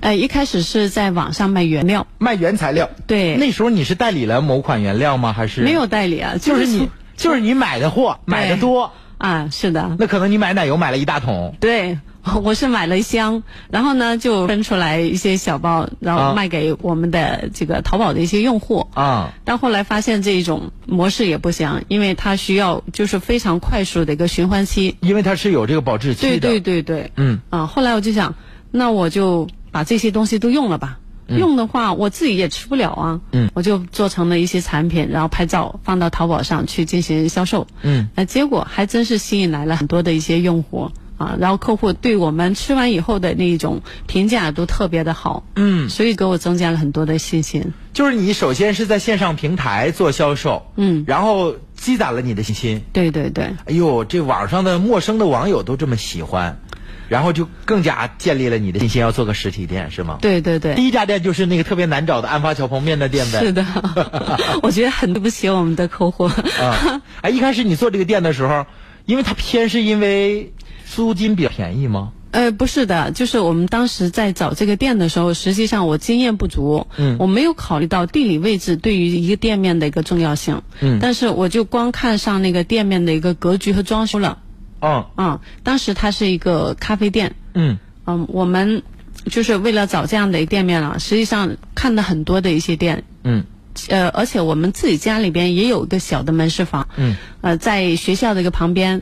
C: 呃，一开始是在网上卖原料，
A: 卖原材料。
C: 对
A: 那时候你是代理了某款原料吗？还是
C: 没有？代理啊，
A: 就是你
C: 从
A: 就是你买的货买的多，
C: 啊，是的，
A: 那可能你买奶油买了一大桶，
C: 对，我是买了香，然后呢就分出来一些小包，然
A: 啊
C: 后卖给我们的这个淘宝的一些用户。
A: 啊，
C: 但后来发现这种模式也不行，因为它需要就是非常快速的一个循环期。
A: 因为它是有这个保质期
C: 对
A: 的。
C: 对对对，
A: 嗯
C: 啊，后来我就想，那我就把这些东西都用了吧。用的话，我自己也吃不了啊。
A: 嗯
C: 我就做成了一些产品，然后拍照放到淘宝上去进行销售。
A: 嗯，
C: 呃，结果还真是吸引来了很多的一些用户啊，然后客户对我们吃完以后的那一种评价都特别的好。
A: 嗯，
C: 所以给我增加了很多的信心。
A: 就是你首先是在线上平台做销售，
C: 嗯
A: 然后积攒了你的信心。
C: 对对对。
A: 哎呦，这网上的陌生的网友都这么喜欢，然后就更加建立了你的信心，要做个实体店是吗？。
C: 对对对，
A: 第一家店就是那个特别难找的安发桥旁边的店呗。
C: 是的， 我觉得很对不起我们的客户。
A: 啊，哎，一开始你做这个店的时候，因为它偏是因为租金比较便宜吗？
C: 呃，不是的，就是我们当时在找这个店的时候，实际上我经验不足，
A: 嗯
C: 我没有考虑到地理位置对于一个店面的一个重要性，
A: 嗯
C: 但是我就光看上那个店面的一个格局和装修了，
A: 嗯
C: 啊、当时它是一个咖啡店，
A: 嗯
C: 嗯，我们就是为了找这样的一个店面啊，实际上看了很多的一些店，
A: 嗯
C: 呃，而且我们自己家里边也有一个小的门市房，
A: 嗯，
C: 呃，在学校的一个旁边，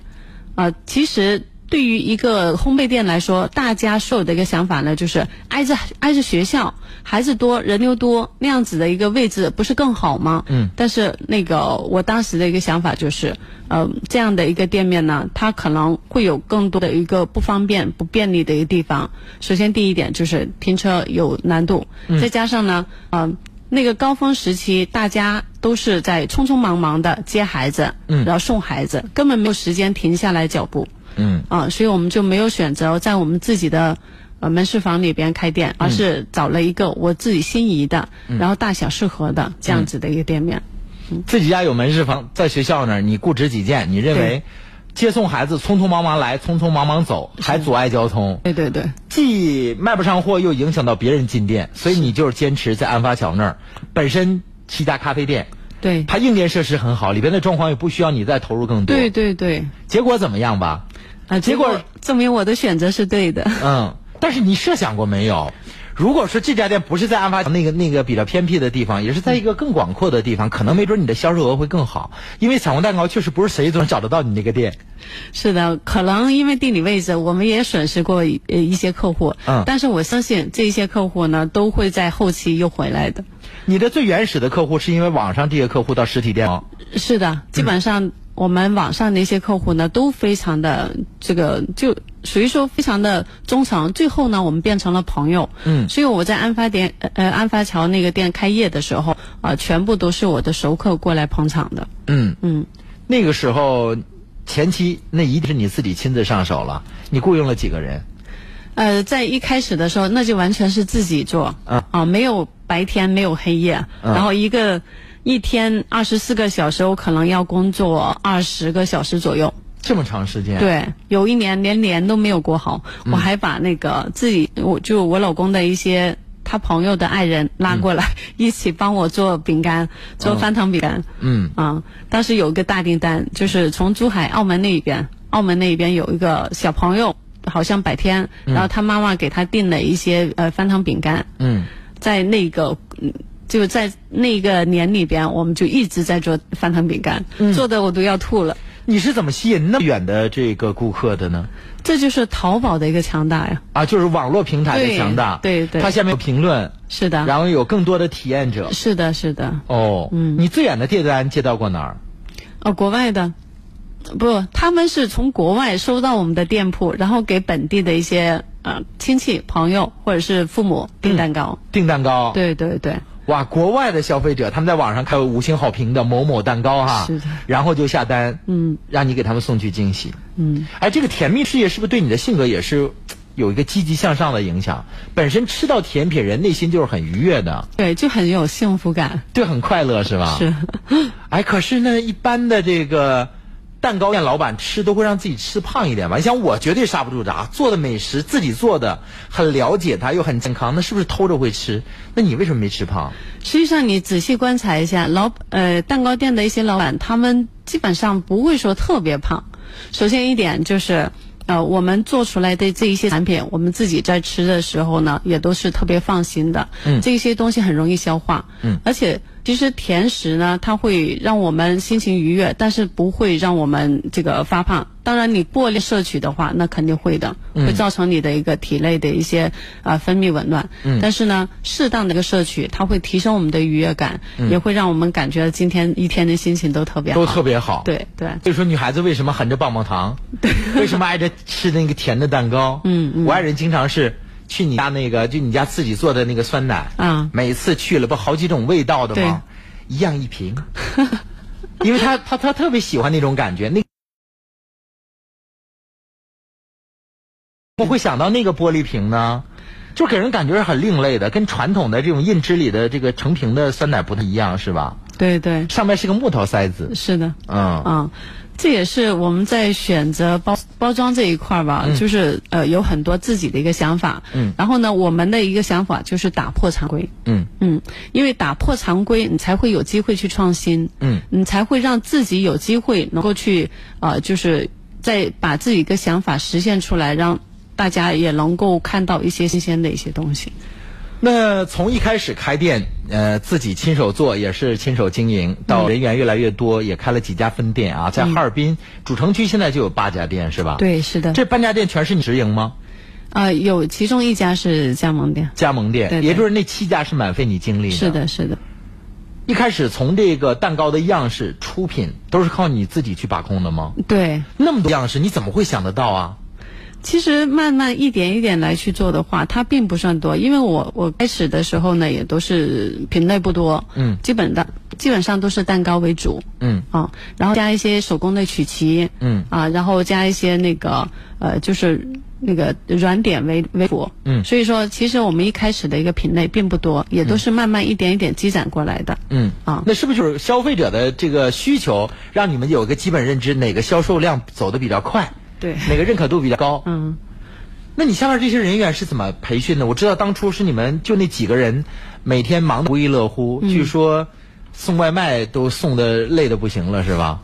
C: 呃，其实对于一个烘焙店来说，大家所有的一个想法呢，就是挨着挨着学校，孩子多，人流多，那样子的一个位置不是更好吗？
A: 嗯，
C: 但是那个我当时的一个想法就是，呃，这样的一个店面呢，它可能会有更多的一个不方便、不便利的一个地方。首先第一点就是停车有难度，
A: 嗯
C: 再加上呢，呃，那个高峰时期大家都是在匆匆忙忙的接孩子，
A: 嗯
C: 然后送孩子，根本没有时间停下来脚步。
A: 嗯
C: 啊，所以我们就没有选择在我们自己的呃门市房里边开店，而是找了一个我自己心仪的，然后大小适合的这样子的一个店面。
A: 自己家有门市房，在学校那儿你固执己见，你认为
C: 对
A: 接送孩子匆匆忙忙来，匆匆忙忙走，还阻碍交通，
C: 对对对，
A: 既卖不上货，又影响到别人进店，所以你就是坚持在安发桥那儿，本身是一家咖啡店，
C: 对
A: 它硬件设施很好，里边的装潢也不需要你再投入更多。
C: 对，对对，
A: 结果怎么样吧？
C: 啊，
A: 结
C: 结
A: 果
C: 果证明我的选择是对的。
A: 嗯，但是你设想过没有？如果说这家店不是在案发那个那个比较偏僻的地方，也是在一个更广阔的地方，可能没准你的销售额会更好，因为彩虹蛋糕确实不是谁都能找得到你那个店。
C: 是的，可能因为地理位置，我们也损失过一呃一些客户，
A: 嗯
C: 但是我相信这些客户呢都会在后期又回来的。
A: 你的最原始的客户是因为网上这些客户到实体店吗？
C: 是的，基本上我们网上的一些客户呢，都非常的这个就属于说非常的忠诚。最后呢，我们变成了朋友。
A: 嗯
C: 所以我在安发店呃呃安发桥那个店开业的时候啊、全部都是我的熟客过来捧场的。
A: 嗯，
C: 嗯，
A: 那个时候前期那一定是你自己亲自上手了，你雇佣了几个人？
C: 呃，在一开始的时候，那就完全是自己做
A: 嗯
C: 啊、没有白天，没有黑夜，
A: 嗯
C: 然后一个一天二十四个小时，我可能要工作二十个小时左右。
A: 这么长时间？，
C: 对，有一年连连都没有过好，我还把那个自己，我就我老公的一些他朋友的爱人拉过来，一起帮我做饼干，做翻糖饼干。
A: 嗯
C: 啊，当时有一个大订单，就是从珠海、澳门那边，澳门那边有一个小朋友，好像百天，然后他妈妈给他订了一些呃翻糖饼干，
A: 嗯，
C: 在那个嗯，就在那个年里边，我们就一直在做翻糖饼干，做的我都要吐了。
A: 你是怎么吸引那么远的这个顾客的呢？
C: 这就是淘宝的一个强大呀。
A: 啊，就是网络平台的
C: 对
A: 强大，
C: 对对啊
A: 它下面有评论，
C: 是的，
A: 然后有更多的体验者。
C: 是的，是的，
A: 哦，
C: 嗯
A: 你最远的订单接到过哪儿？
C: 哦，国外的，不，他们是从国外收到我们的店铺，然后给本地的一些呃亲戚、朋友或者是父母订蛋糕。
A: 订蛋糕，，
C: 对对对，
A: 哇，国外的消费者他们在网上看五星好评的某某蛋糕哈，
C: 是的
A: 然后就下单，
C: 嗯，
A: 让你给他们送去惊喜，
C: 嗯，
A: 哎，这个甜蜜事业是不是对你的性格也是嘖有一个积极向上的影响？本身吃到甜品，人内心就是很愉悦的，
C: 对，就很有幸福感。
A: 对，很快乐是吧？
C: 是，
A: 哎，可是呢，一般的这个蛋糕店老板吃都会让自己吃胖一点吧？你像我绝对刹不住闸，做的美食自己做的，很了解它又很健康，那是不是偷着会吃？那你为什么没吃胖？
C: 实际上你仔细观察一下，老呃蛋糕店的一些老板，他们基本上不会说特别胖。首先一点就是，呃，我们做出来的这一些产品，我们自己在吃的时候呢，也都是特别放心的。
A: 嗯
C: 这些东西很容易消化。
A: 嗯
C: 而且其实甜食呢，它会让我们心情愉悦，但是不会让我们这个发胖。当然，你过量摄取的话，那肯定会的，
A: 嗯
C: 会造成你的一个体内的一些啊、呃分泌紊乱。
A: 嗯
C: 但是呢，适当的一个摄取，它会提升我们的愉悦感，也会让我们感觉今天一天的心情都特别
A: 嗯
C: 好。
A: 都特别好。。
C: 对对。
A: 所以说，女孩子为什么含着棒棒糖？为什么爱着吃那个甜的蛋糕？
C: 嗯嗯
A: 我爱人经常是去你家那个，就你家自己做的那个酸奶
C: 啊
A: 每次去了不好几种味道的吗？一样一 瓶，因为他他他特别喜欢那种感觉，那不会想到那个玻璃瓶呢。就给人感觉是很另类的，跟传统的这种印制里的这个成瓶的酸奶不太一样，是吧？
C: 对对，
A: 上面是个木头塞子，
C: 是的，
A: 嗯
C: 啊、这也是我们在选择包包装这一块儿吧，就是呃有很多自己的一个想法，
A: 嗯
C: 然后呢，我们的一个想法就是打破常规，
A: 嗯
C: 嗯，因为打破常规，你才会有机会去创新，
A: 嗯
C: 你才会让自己有机会能够去呃，就是再把自己一个想法实现出来，让大家也能够看到一些新鲜的一些东西。
A: 那从一开始开店，呃，自己亲手做也是亲手经营，
C: 嗯
A: 到人员越来越多，也开了几家分店啊，在哈尔滨主城区现在就有八家店是吧？，
C: 对，是的，
A: 这八家店全是你直营吗？
C: 呃，有其中一家是加盟店，
A: 加盟店，
C: 对对
A: 也就是那七家是免费你经历的。
C: 是。的，是的。
A: 一开始从这个蛋糕的样式、出品都是靠你自己去把控的吗？
C: 对，
A: 那么多样式，你怎么会想得到啊？
C: 其实慢慢一点一点来去做的话，它并不算多，因为我我开始的时候呢，也都是品类不多，
A: 嗯
C: 基本的基本上都是蛋糕为主，
A: 嗯
C: 啊，然后加一些手工的曲奇，
A: 嗯
C: 啊，然后加一些那个呃，就是那个软点为为主，
A: 嗯
C: 所以说其实我们一开始的一个品类并不多，也都是慢慢一点一点积攒过来的，
A: 嗯
C: 啊
A: 那是不是就是消费者的这个需求，让你们有一个基本认知，哪个销售量走得比较快，
C: 对，
A: 哪个认可度比较高？
C: 嗯。
A: 那你下面这些人员是怎么培训的？我知道当初是你们就那几个人，每天忙得不亦乐乎，
C: 嗯
A: 据说送外卖都送的累的不行了，是吧？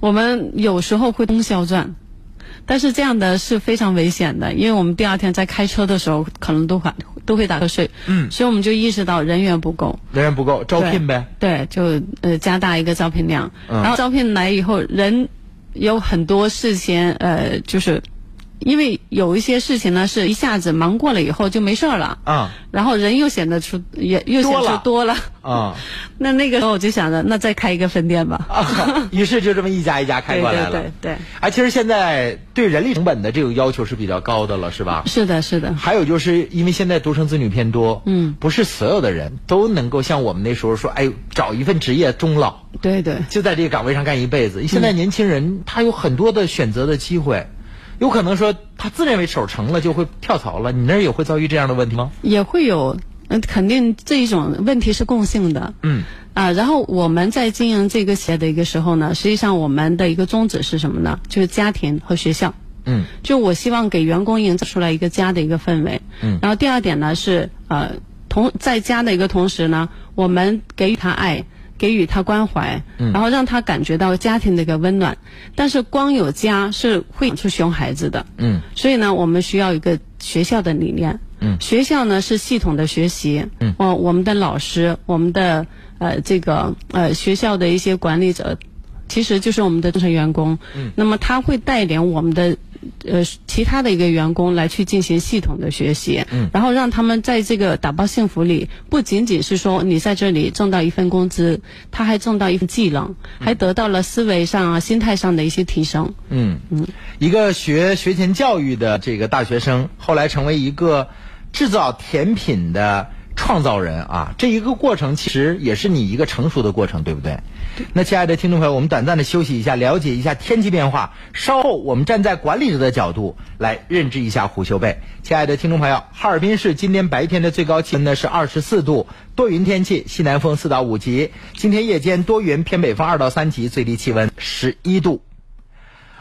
C: 我们有时候会通宵转，但是这样的是非常危险的，因为我们第二天在开车的时候可能都会都会打瞌睡，
A: 嗯
C: 所以我们就意识到人员不够，
A: 人员不够，招聘呗。
C: 对，就呃加大一个招聘量，
A: 嗯
C: 然后招聘来以后，人有很多事情，呃，就是因为有一些事情呢是一下子忙过了以后就没事儿了，
A: 啊
C: 然后人又显得出也又显
A: 多了
C: 出多了，
A: 啊、
C: 那那个时候我就想着，那再开一个分店吧，
A: 啊！ 于是就这么一家一家开
C: 对
A: 过来
C: 对
A: 了。
C: 对对，
A: 哎，其实现在对人力成本的这个要求是比较高的了，是吧？
C: 是的，是的，
A: 还有就是因为现在独生子女偏多，
C: 嗯
A: 不是所有的人都能够像我们那时候说，哎，找一份职业终老。
C: 对对。
A: 就在这个岗位上干一辈子。现在年轻人他有很多的选择的机会，有可能说他自认为手成了就会跳槽了。你那儿也会遭遇这样的问题吗？
C: 也会有，嗯，肯定这一种问题是共性的。
A: 嗯
C: 啊，然后我们在经营这个企业的一个时候呢，实际上我们的一个宗旨是什么呢？就是家庭和学校。
A: 嗯
C: 就我希望给员工营造出来一个家的一个氛围。
A: 嗯
C: 然后第二点呢是呃同在家的一个同时呢，我们给予他爱。给予他关怀，
A: 嗯
C: 然后让他感觉到家庭的一个温暖。但是光有家是会养出熊孩子的，
A: 嗯
C: 所以呢，我们需要一个学校的理念。
A: 嗯
C: 学校呢是系统的学习。
A: 嗯
C: 哦，我们的老师，我们的呃这个呃学校的一些管理者，其实就是我们的正式员工。
A: 嗯
C: 那么他会带领我们的。呃，其他的一个员工来去进行系统的学习，
A: 嗯
C: 然后让他们在这个打包幸福里，不仅仅是说你在这里挣到一份工资，他还挣到一份技能，还得到了思维上啊、心态上的一些提升。
A: 嗯嗯，一个学学前教育的这个大学生，后来成为一个制造甜品的。创造人啊，这一个过程其实也是你一个成熟的过程，对不对？那亲爱的听众朋友，我们短暂的休息一下，了解一下天气变化。稍后我们站在管理者的角度来认知一下虎嗅贝。亲爱的听众朋友，哈尔滨市今天白天的最高气温呢是二十四度，多云天气，西南风四到五级。今天夜间多云，偏北风二到三级，最低气温十一度。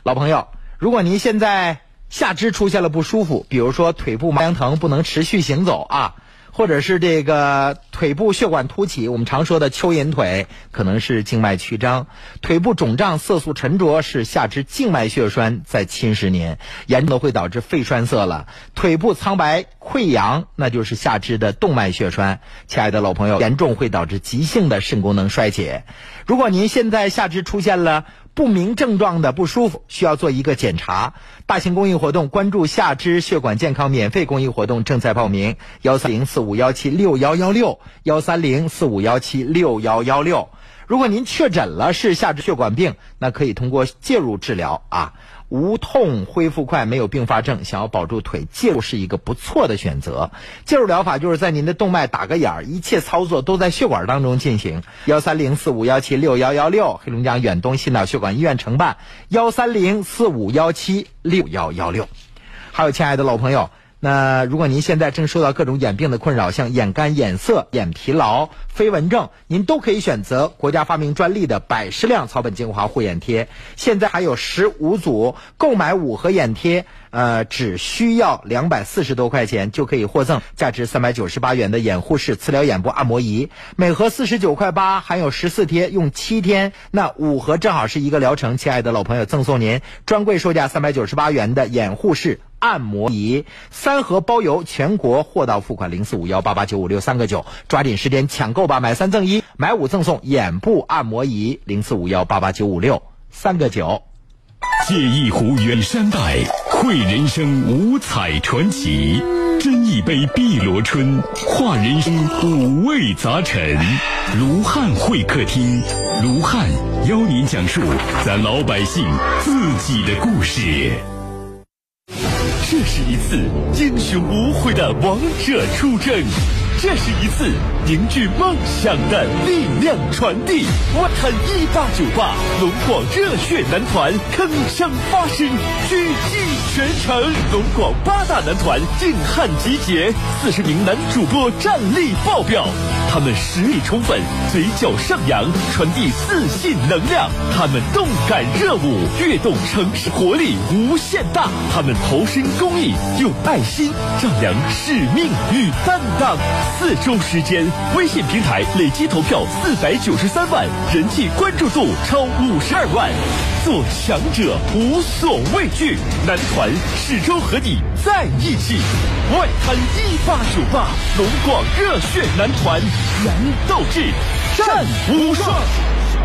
A: 老朋友，如果您现在下肢出现了不舒服，比如说腿部麻痒疼，不能持续行走啊，或者是这个腿部血管凸起，我们常说的蚯蚓腿，可能是静脉曲张；腿部肿胀、色素沉着是下肢静脉血栓在侵蚀您，严重的会导致肺栓塞了；腿部苍白溃疡，那就是下肢的动脉血栓。亲爱的老朋友，严重会导致急性的肾功能衰竭。如果您现在下肢出现了，不明症状的不舒服，需要做一个检查。大型公益活动“关注下肢血管健康”免费公益活动正在报名，幺三零四五幺七六幺幺六，幺三零四五幺七六幺幺六。如果您确诊了是下肢血管病，那可以通过介入治疗啊，无痛恢复快，没有并发症。想要保住腿，介入是一个不错的选择。介入疗法就是在您的动脉打个眼儿，一切操作都在血管当中进行。幺三零四五幺七六幺幺六，黑龙江远东心脑血管医院承办，幺三零四五幺七六幺幺六。还有，亲爱的老朋友。那如果您现在正受到各种眼病的困扰，像眼干、眼涩、眼疲劳、飞蚊症，您都可以选择国家发明专利的百十量草本精华护眼贴。现在还有十五组，购买五盒眼贴，呃，只需要两百四十多块钱就可以获赠价值三百九十八元的眼护式磁疗眼部按摩仪，每盒四十九块八，含有十四贴，用七天，那五盒正好是一个疗程。亲爱的老朋友，赠送您专柜售价三百九十八元的眼护式。按摩仪三盒包邮，全国货到付款零四五幺八八九五六三个九，抓紧时间抢购吧，买三赠一，买五赠送眼部按摩仪零四五幺八八九五六三个九。
B: 借一壶远山黛，绘人生五彩传奇；斟一杯碧螺春，化人生五味杂陈。卢汉会客厅，卢汉邀您讲述咱老百姓自己的故事。这是一次英雄无悔的王者出征，这是一次凝聚梦想的力量传递。我看一八九八龙广热血男团铿锵发声，狙击全城。龙广八大男团硬汉集结，四十名男主播战力爆表，他们实力充分，嘴角上扬，传递自信能量。他们动感热舞，跃动城市活力无限大。他们投身公益，用爱心丈量使命与担当。四周时间，微信平台累计投票四百九十三万，人气关注度超五十二万。做强者无所畏惧，男团始终和你在一起。外滩一八九八龙广热血男团，燃斗志，战无双。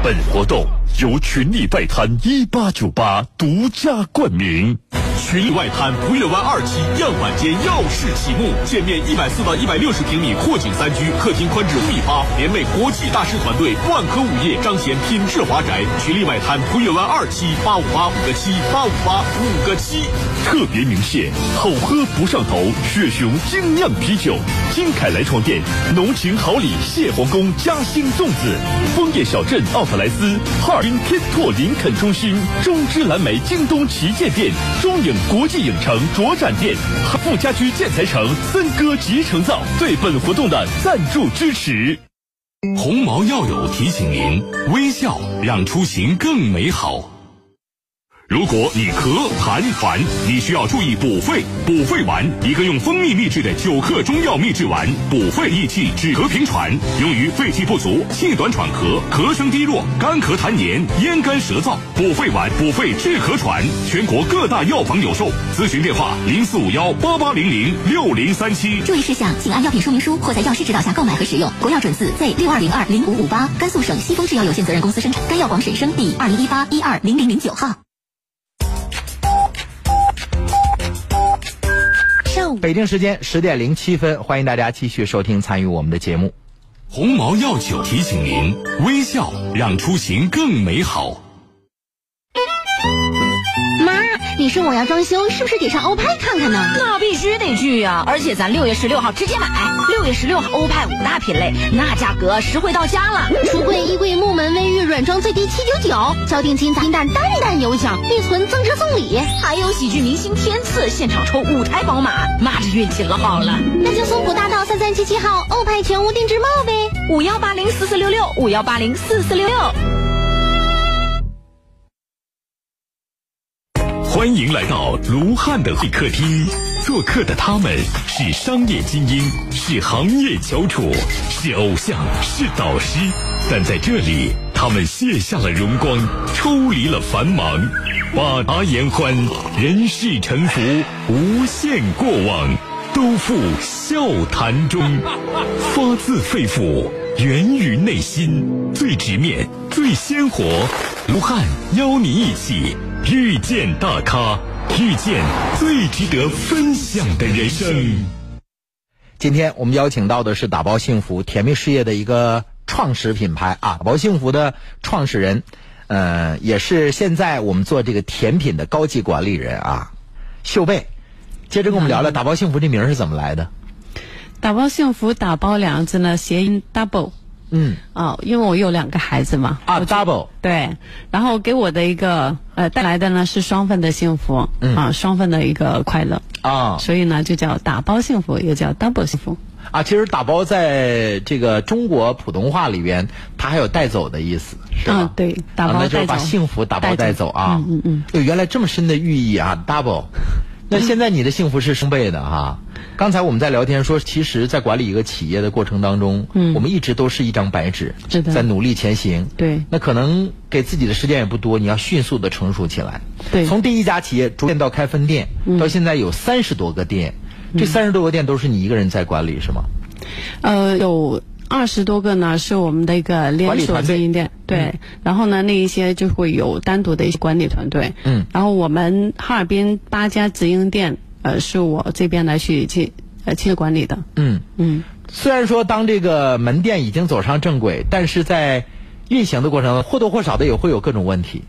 B: 本活动由群力外滩一八九八独家冠名。
E: 群力外滩普悦湾二期样板间耀世启幕，建面一百四到一百六十平米，阔景三居，客厅宽至五米八，联袂国际大师团队万科物业彰显品质华宅。群力外滩普悦湾二期八五八五个七八五八五个七，
B: 特别鸣谢好喝不上头雪熊精酿啤酒，金凯莱床垫，浓情好礼蟹黄宫嘉兴粽子，枫叶小镇奥特莱斯，哈尔滨天拓林肯中心，中之蓝莓京东旗舰店，中影国际影城卓展店，富家居建材城森哥集成灶对本活动的赞助支持。
E: 鸿茅药友提醒您：微笑让出行更美好。如果你咳痰烦，你需要注意补肺。补肺丸，一个用蜂蜜秘制的九克中药秘制丸，补肺益气，止咳平喘，用于肺气不足、气短喘咳、咳声低弱、干咳痰黏、咽干舌燥。补肺丸，补肺治咳喘，全国各大药房有售。咨询电话：零四五幺八八零零六零三七。
G: 注意事项，请按药品说明书或在药师指导下购买和使用。国药准字 Z 六二零二零五五八，甘肃省西丰制药有限责任公司生产。该药广审生第二零一八一二零零零九号。
A: 上午北京时间十点零七分，欢迎大家继续收听参与我们的节目。
E: 鸿茅药酒提醒您：微笑让出行更美好。
H: 妈，你说我要装修，是不是得上欧派看看呢？
I: 那必须得去呀、而且咱六月十六号直接买，六月十六号欧派五大品类，那价格实惠到家了。
H: 橱柜、衣柜、木门、卫浴软装最低七九九，交定金砸金蛋单单有奖，立存增值送礼，
I: 还有喜剧明星天赐现场抽五台宝马，妈这运气老好了。
H: 那就松浦大道三三七七号欧派全屋定制帽呗。
I: 五幺八零四四六六，五幺八零四四六六。
E: 欢迎来到卢汉的会客厅。做客的他们是商业精英，是行业翘楚，是偶像，是导师。但在这里，他们卸下了荣光，抽离了繁忙，把达言欢，人世沉浮，无限过往，都付笑谈中，发自肺腑，源于内心，最直面，最鲜活。卢汉邀你一起遇见大咖，遇见最值得分享的人生。
A: 今天我们邀请到的是打包幸福甜蜜事业的一个创始品牌啊，打包幸福的创始人，呃，也是现在我们做这个甜品的高级管理人啊，秀贝。接着跟我们聊聊打包幸福这名儿是怎么来的？
C: 打包幸福，打包两个字呢，谐音 double。
A: 嗯，
C: 哦，因为我有两个孩子嘛，
A: 啊，double
C: 对，然后给我的一个呃带来的呢是双份的幸福，
A: 嗯
C: 啊，双份的一个快乐，
A: 啊
C: 所以呢就叫打包幸福，也叫 double 幸福。
A: 啊，其实打包在这个中国普通话里边，它还有带走的意思，是吧？
C: 啊，对，打包
A: 啊、
C: 带
A: 那
C: 走，
A: 就是把幸福打包带走啊。
C: 嗯嗯
A: 嗯。原来这么深的寓意啊，double。那 现在你的幸福是双倍的哈、刚才我们在聊天说，其实，在管理一个企业的过程当中，
C: 嗯
A: 我们一直都是一张白纸，
C: 是的
A: 在努力前行。
C: 对
A: 那可能给自己的时间也不多，你要迅速的成熟起来。
C: 对嗯
A: 从第一家企业逐渐到开分店，到现在有三十多个店，这三十多个店都是你一个人在管理是吗？
C: 呃，有二十多个呢，是我们的一个
A: 管
C: 连
A: 理
C: 锁
A: 团队嗯
C: 经营店，对。然后呢，那一些就会有单独的一些管理团队。
A: 嗯。
C: 然后我们哈尔滨八家直营店，呃，是我这边来去去呃去管理的。
A: 嗯。
C: 嗯，
A: 虽然说当这个门店已经走上正轨，但是在运行的过程中或多或少的也会有各种问题，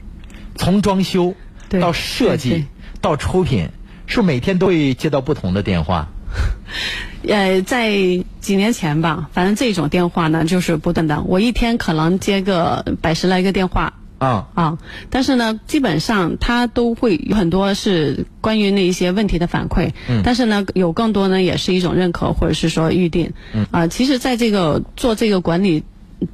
A: 从装修
C: 对
A: 到设
C: 对
A: 计
C: 对
A: 到出品，是每天都会接到不同的电话。
C: 呃，在几年前吧，反正这种电话呢，就是不断的，我一天可能接个百十来个电话。
A: 啊、
C: 啊，但是呢，基本上它都会有很多是关于那一些问题的反馈，嗯、但是呢，有更多呢也是一种认可或者是说预定，嗯、啊，其实在这个做这个管理。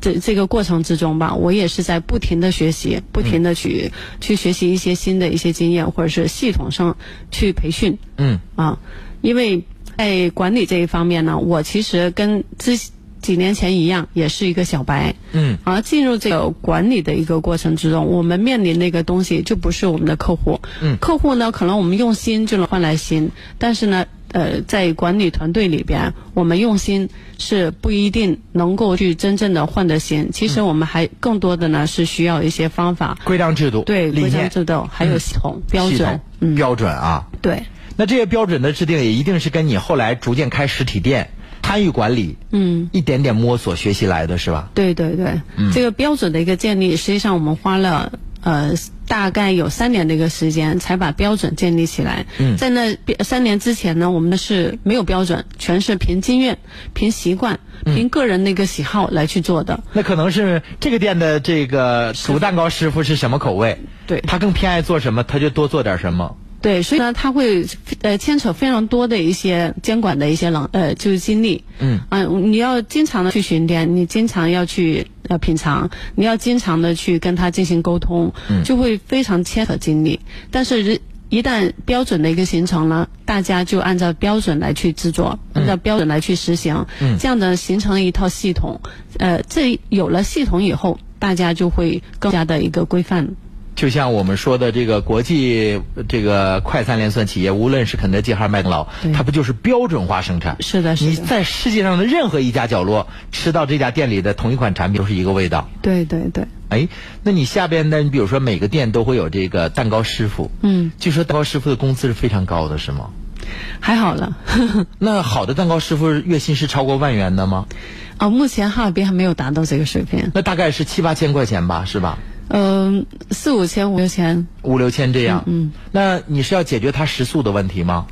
C: 这这个过程之中吧，我也是在不停的学习，不停的去、去学习一些新的一些经验，或者是系统上去培训。
A: 嗯
C: 啊，因为在管理这一方面呢，我其实跟之几年前一样，也是一个小白。
A: 嗯，
C: 而进入这个管理的一个过程之中，我们面临的一个东西就不是我们的客户。
A: 嗯
C: 客户呢，可能我们用心就能换来心，但是呢。呃，在管理团队里边，我们用心是不一定能够去真正的换得心。其
A: 嗯
C: 实我们还更多的呢是需要一些方法，
A: 规章制度、
C: 对
A: 理
C: 规章
A: 念、嗯
C: 制度，还有系统、标
A: 系
C: 准
A: 统，、
C: 嗯，
A: 标准啊。
C: 对。
A: 那这些标准的制定也一定是跟你后来逐渐开实体店、参与管理，
C: 嗯，
A: 一点点摸索学习来的是吧？
C: 对对对，这个标准的一个建立，实际上我们花了呃大概有三年的一个时间才把标准建立起来。
A: 嗯
C: 在那边三年之前呢，我们的是没有标准，全是凭经验、凭习惯、凭个人的一个喜好来去做的。
A: 那可能是这个店的这个煮蛋糕师傅是什么口味？
C: 对
A: 他更偏爱做什么，他就多做点什么。
C: 对，所以呢，它会呃牵扯非常多的一些监管的一些能呃就是经历。
A: 嗯
C: 啊、你要经常的去巡店，你经常要去呃品尝，你要经常的去跟他进行沟通，就会非常牵扯精力。但是人一旦标准的一个形成了，大家就按照标准来去制作，按照标准来去实行，这样的形成了一套系统。呃，这有了系统以后，大家就会更加的一个规范。
A: 就像我们说的这个国际呃这个快餐连锁企业，无论是肯德基还是麦当劳
C: 对，
A: 它不就是标准化生产？
C: 是的是的
A: 你在世界上的任何一家角落吃到这家店里的同一款产品都是一个味道。
C: 对对对。
A: 哎，那你下边的，你比如说每个店都会有这个蛋糕师傅，
C: 嗯，
A: 据说蛋糕师傅的工资是非常高的，是吗？
C: 还好了，
A: 那好的蛋糕师傅月薪是超过万元的吗？
C: 啊，目前哈尔滨还没有达到这个水平，
A: 那大概是七八千块钱吧，是吧？
C: 嗯、四五千五六千，
A: 五六千这样。嗯，那你是要解决他食宿的问题吗？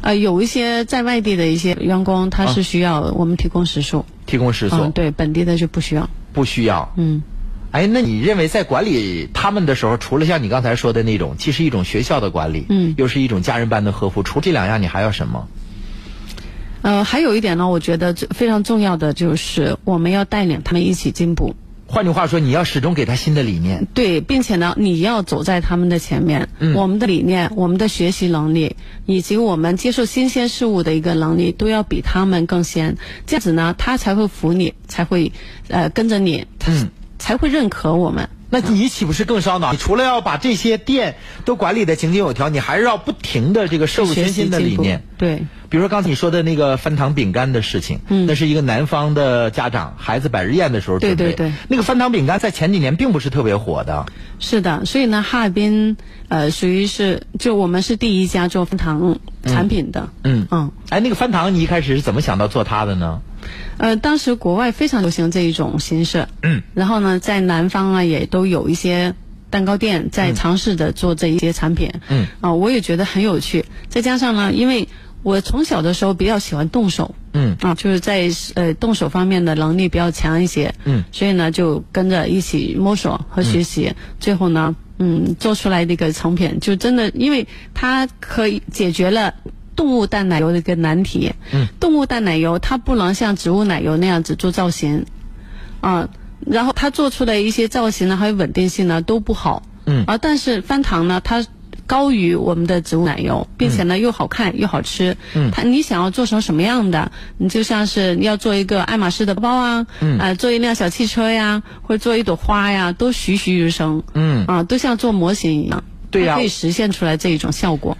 C: 呃，有一些在外地的一些员工，他是需要我们提供食宿，
A: 提供啊食宿、
C: 嗯，对，本地的就不需要，
A: 不需要。
C: 嗯，
A: 哎，那你认为在管理他们的时候，除了像你刚才说的那种，既是一种学校的管理，
C: 嗯
A: 又是一种家人般的呵护，除这两样，你还要什么？
C: 呃，还有一点呢，我觉得最非常重要的就是我们要带领他们一起进步，
A: 换句话说，你要始终给他新的理念。
C: 对，并且呢，你要走在他们的前面。
A: 嗯
C: 我们的理念、我们的学习能力，以及我们接受新鲜事物的一个能力，都要比他们更先。这样子呢，他才会服你，才会呃跟着你，他、
A: 嗯
C: 才会认可我们。
A: 那你岂不是更烧脑？你除了要把这些店都管理的井井有条，你还是要不停的这个摄入
C: 学
A: 全
C: 习
A: 新的
C: 进
A: 理
C: 步
A: 念。
C: 对。
A: 比如说刚才你说的那个翻糖饼干的事情，
C: 嗯
A: 那是一个南方的家长孩子百日宴的时候准
C: 对
A: 备。
C: 对对
A: 那个翻糖饼干在前几年并不是特别火的。
C: 是的，所以呢，哈尔滨呃属于是就我们是第一家做蜂糖产品的，
A: 嗯
C: 嗯，
A: 哎，那个翻糖你一开始是怎么想到做它的呢？
C: 呃，当时国外非常流行这一种形式，
A: 嗯，
C: 然后呢，在南方啊也都有一些蛋糕店在尝试着做这一些产品，
A: 嗯，
C: 啊、我也觉得很有趣，再加上呢，因为我从小的时候比较喜欢动手，
A: 嗯
C: 啊，就是在呃动手方面的能力比较强一些，
A: 嗯
C: 所以呢就跟着一起摸索和学习，最后呢，嗯，做出来的一个成品就真的，因为它可以解决了。动物蛋奶油的一个难题，嗯，动物蛋奶油它不能像植物奶油那样子做造型，啊，然后它做出的一些造型呢，还有稳定性呢都不好，
A: 嗯
C: 啊，但是翻糖呢，它高于我们的植物奶油，并且呢又好看又好吃，嗯，它你想要做成什么样的，你就像是要做一个爱马仕的包包啊，嗯，啊、做一辆小汽车呀，或者做一朵花呀，都栩栩如生，
A: 嗯
C: 啊，都像做模型一样，
A: 对呀
C: 它可以实现出来这一种效果。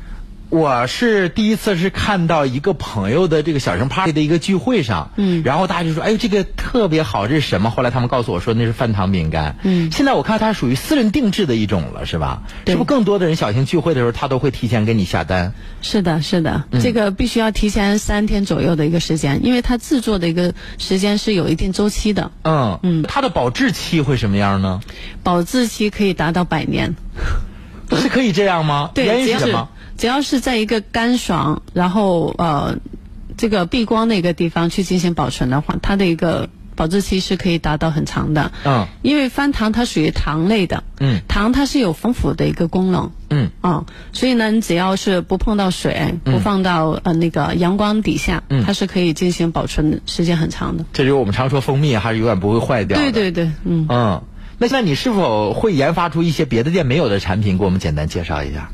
A: 我是第一次是看到一个朋友的这个小型 party 的一个聚会上，
C: 嗯
A: 然后大家就说，哎呦，这个特别好，这是什么？后来他们告诉我说那是饭堂饼干，
C: 嗯
A: 现在我看它属于私人定制的一种了，是吧？
C: 对
A: 是不是更多的人小型聚会的时候，他都会提前给你下单？
C: 是的，是的，这个必须要提前三天左右的一个时间，因为它制作的一个时间是有一定周期的，
A: 嗯
C: 嗯
A: 它的保质期会什么样呢？
C: 保质期可以达到百年。
A: 是可以这样吗？原
C: 对，
A: 因
C: 只
A: 是
C: 要
A: 什
C: 是
A: 么？
C: 只要是在一个干爽，然后呃，这个避光的一个地方去进行保存的话，它的一个保质期是可以达到很长的。
A: 嗯
C: 因为翻糖它属于糖类的，
A: 嗯
C: 糖它是有防腐的一个功能。
A: 嗯
C: 啊、所以呢，你只要是不碰到水，不放到呃那个阳光底下，
A: 嗯
C: 它是可以进行保存时间很长的。
A: 这就是我们常说蜂蜜还是永远不会坏掉的。
C: 对对对，嗯，
A: 嗯，那现在你是否会研发出一些别的店没有的产品？给我们简单介绍一下。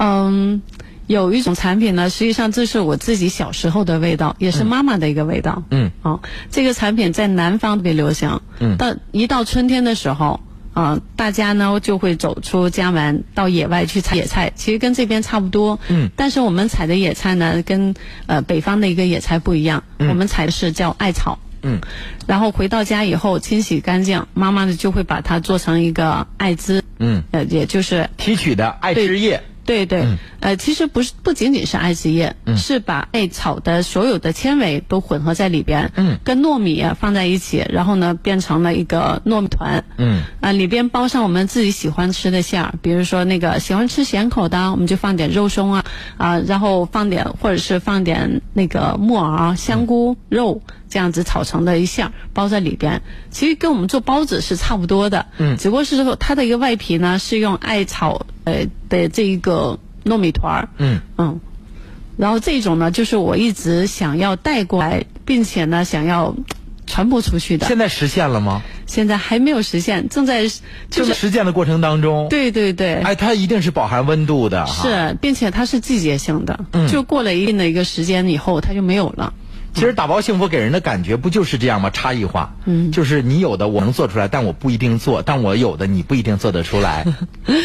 C: 嗯，有一种产品呢，实际上这是我自己小时候的味道，也是妈妈的一个味道。
A: 嗯，
C: 哦，这个产品在南方特别流行。
A: 嗯
C: 到一到春天的时候。啊、大家呢就会走出家门，到野外去采野菜，其实跟这边差不多。
A: 嗯，
C: 但是我们采的野菜呢，跟呃北方的一个野菜不一样，我们采的是叫艾草。
A: 嗯，
C: 然后回到家以后清洗干净，妈妈呢就会把它做成一个艾汁，
A: 嗯，
C: 呃，也就是
A: 提取的爱之叶。
C: 对对，
A: 嗯
C: 呃，其实不是不仅仅是艾子叶，是把艾草的所有的纤维都混合在里边，
A: 嗯
C: 跟糯米、啊、放在一起，然后呢变成了一个糯米团，
A: 嗯，
C: 啊、里边包上我们自己喜欢吃的馅儿，比如说那个喜欢吃咸口的，我们就放点肉松啊，啊、然后放点或者是放点那个木耳啊、香菇、肉这样子炒成的一馅儿包在里边，其实跟我们做包子是差不多的，
A: 嗯
C: 只不过是说它的一个外皮呢是用艾草呃的这一个糯米团儿，
A: 嗯
C: 嗯，然后这种呢就是我一直想要带过来，并且呢想要。传播出去的，
A: 现在实现了吗？
C: 现在还没有实现，正在就
A: 就是是实践的过程当中。。
C: 对对对，
A: 哎，它一定是饱含温度的哈。。
C: 是，并且它是季节性的，
A: 嗯
C: 就过了一定的一个时间以后，它就没有了。
A: 其实打包幸福给人的感觉不就是这样吗？差异化。
C: 嗯
A: 就是你有的我能做出来，但我不一定做；但我有的你不一定做得出 来，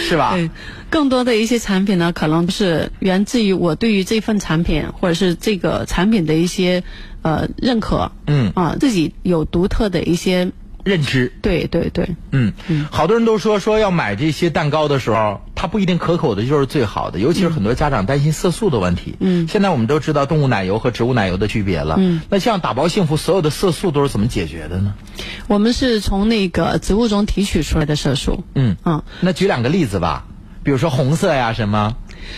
A: 是吧？
C: 对，更多的一些产品呢，可能是源自于我对于这份产品或者是这个产品的一些呃认可，
A: 嗯
C: 啊、自己有独特的一些，
A: 认知。
C: 对对对，
A: 嗯，好多人都说说要买这些蛋糕的时候，它不一定可口的就是最好的，尤其是很多家长担心色素的问题。
C: 嗯
A: 现在我们都知道动物奶油和植物奶油的区别了。
C: 嗯，
A: 那像打包幸福所有的色素都是怎么解决的呢？
C: 我们是从那个植物中提取出来的色素，
A: 嗯
C: 嗯，
A: 那举两个例子吧，比如说红色呀什么，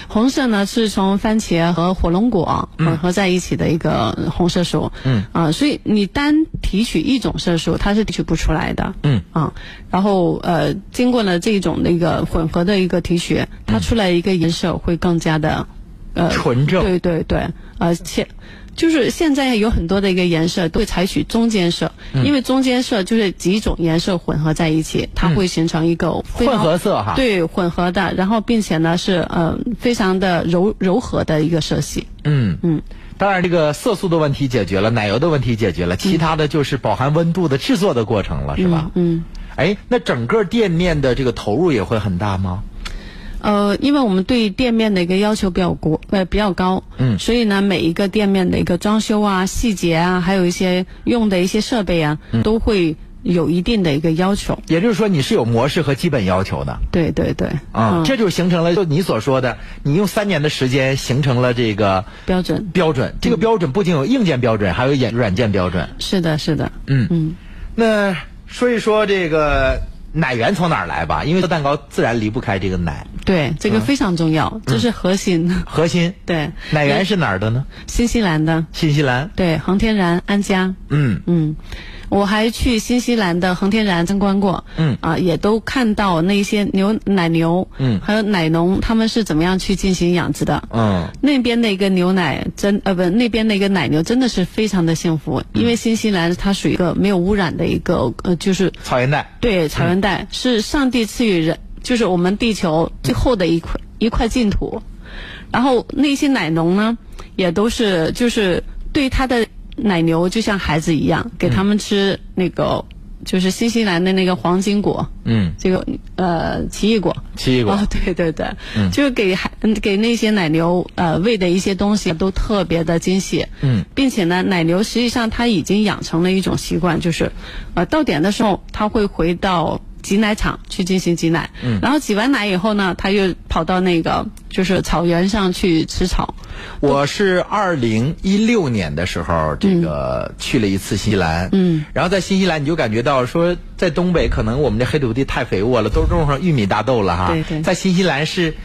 C: 红色呢是从番茄和火龙果混合在一起的一个红色素，
A: 嗯
C: 啊、所以你单提取一种色素，它是提取不出来的，
A: 嗯
C: 啊，然后呃，经过了这种的一个混合的一个提取，它出来一个颜色会更加的，呃，
A: 嗯纯正
C: 对对对，而且呃就是现在有很多的一个颜色都会采取中间色，
A: 嗯
C: 因为中间色就是几种颜色混合在一起，
A: 嗯
C: 它会形成一个非常
A: 混合色哈
C: 对，混合的，然后并且呢是呃非常的柔柔和的一个色系。
A: 嗯
C: 嗯，
A: 当然这个色素的问题解决了，奶油的问题解决了，其他的就是饱含温度的制作的过程了，是吧？
C: 嗯。
A: 哎，那整个店面的这个投入也会很大吗？
C: 呃，因为我们对店面的一个要求比较高，呃比较高，
A: 嗯
C: 所以呢，每一个店面的一个装修啊、细节啊，还有一些用的一些设备啊，
A: 嗯
C: 都会有一定的一个要求。
A: 也就是说，你是有模式和基本要求的
C: 对对对，
A: 啊，
C: 嗯
A: 这就形成了就你所说的，你用三年的时间形成了这个
C: 标准
A: 标准。这个标准不仅有硬件标准，还有软软件标准。
C: 是的，是的，
A: 嗯
C: 嗯，
A: 那说一说这个奶源从哪儿来吧，因为蛋糕自然离不开这个奶
C: 对，
A: 嗯
C: 这个非常重要，这是核心。
A: 核心。
C: 对，
A: 奶源是哪儿的呢？
C: 新西兰的，
A: 新西兰。
C: 对，恒天然、安佳。
A: 嗯，
C: 嗯，我还去新西兰的恒天然参观过，
A: 嗯
C: 啊，也都看到那些牛奶牛，
A: 嗯
C: 还有奶农他们是怎么样去进行养殖的。
A: 嗯，
C: 那边的一个牛奶真呃不，那边的一个奶牛真的是非常的幸福，
A: 嗯
C: 因为新西兰它属于一个没有污染的一个呃，就是
A: 草原带。
C: 对草原带、是上帝赐予人，就是我们地球最后的一块、一块净土。然后那些奶农呢，也都是就是对他的奶牛就像孩子一样，给他们吃那个、就是新西兰的那个黄金果，
A: 嗯，
C: 这个呃奇异果。
A: 奇异果。
C: 哦，对对对，就是给孩嗯给那些奶牛呃喂的一些东西都特别的精细，
A: 嗯，
C: 并且呢，奶牛实际上它已经养成了一种习惯，就是，呃，到点的时候它会回到挤奶场去进行挤奶，嗯，然后挤完奶以后呢，它又跑到那个就是草原上去吃草，
A: 我是二零一六年的时候，这个去了一次新西兰，
C: 嗯，
A: 然后在新西兰你就感觉到说，在东北可能我们这黑土地太肥沃了，都种上玉米大豆了哈，
C: 对对
A: 在新西兰是。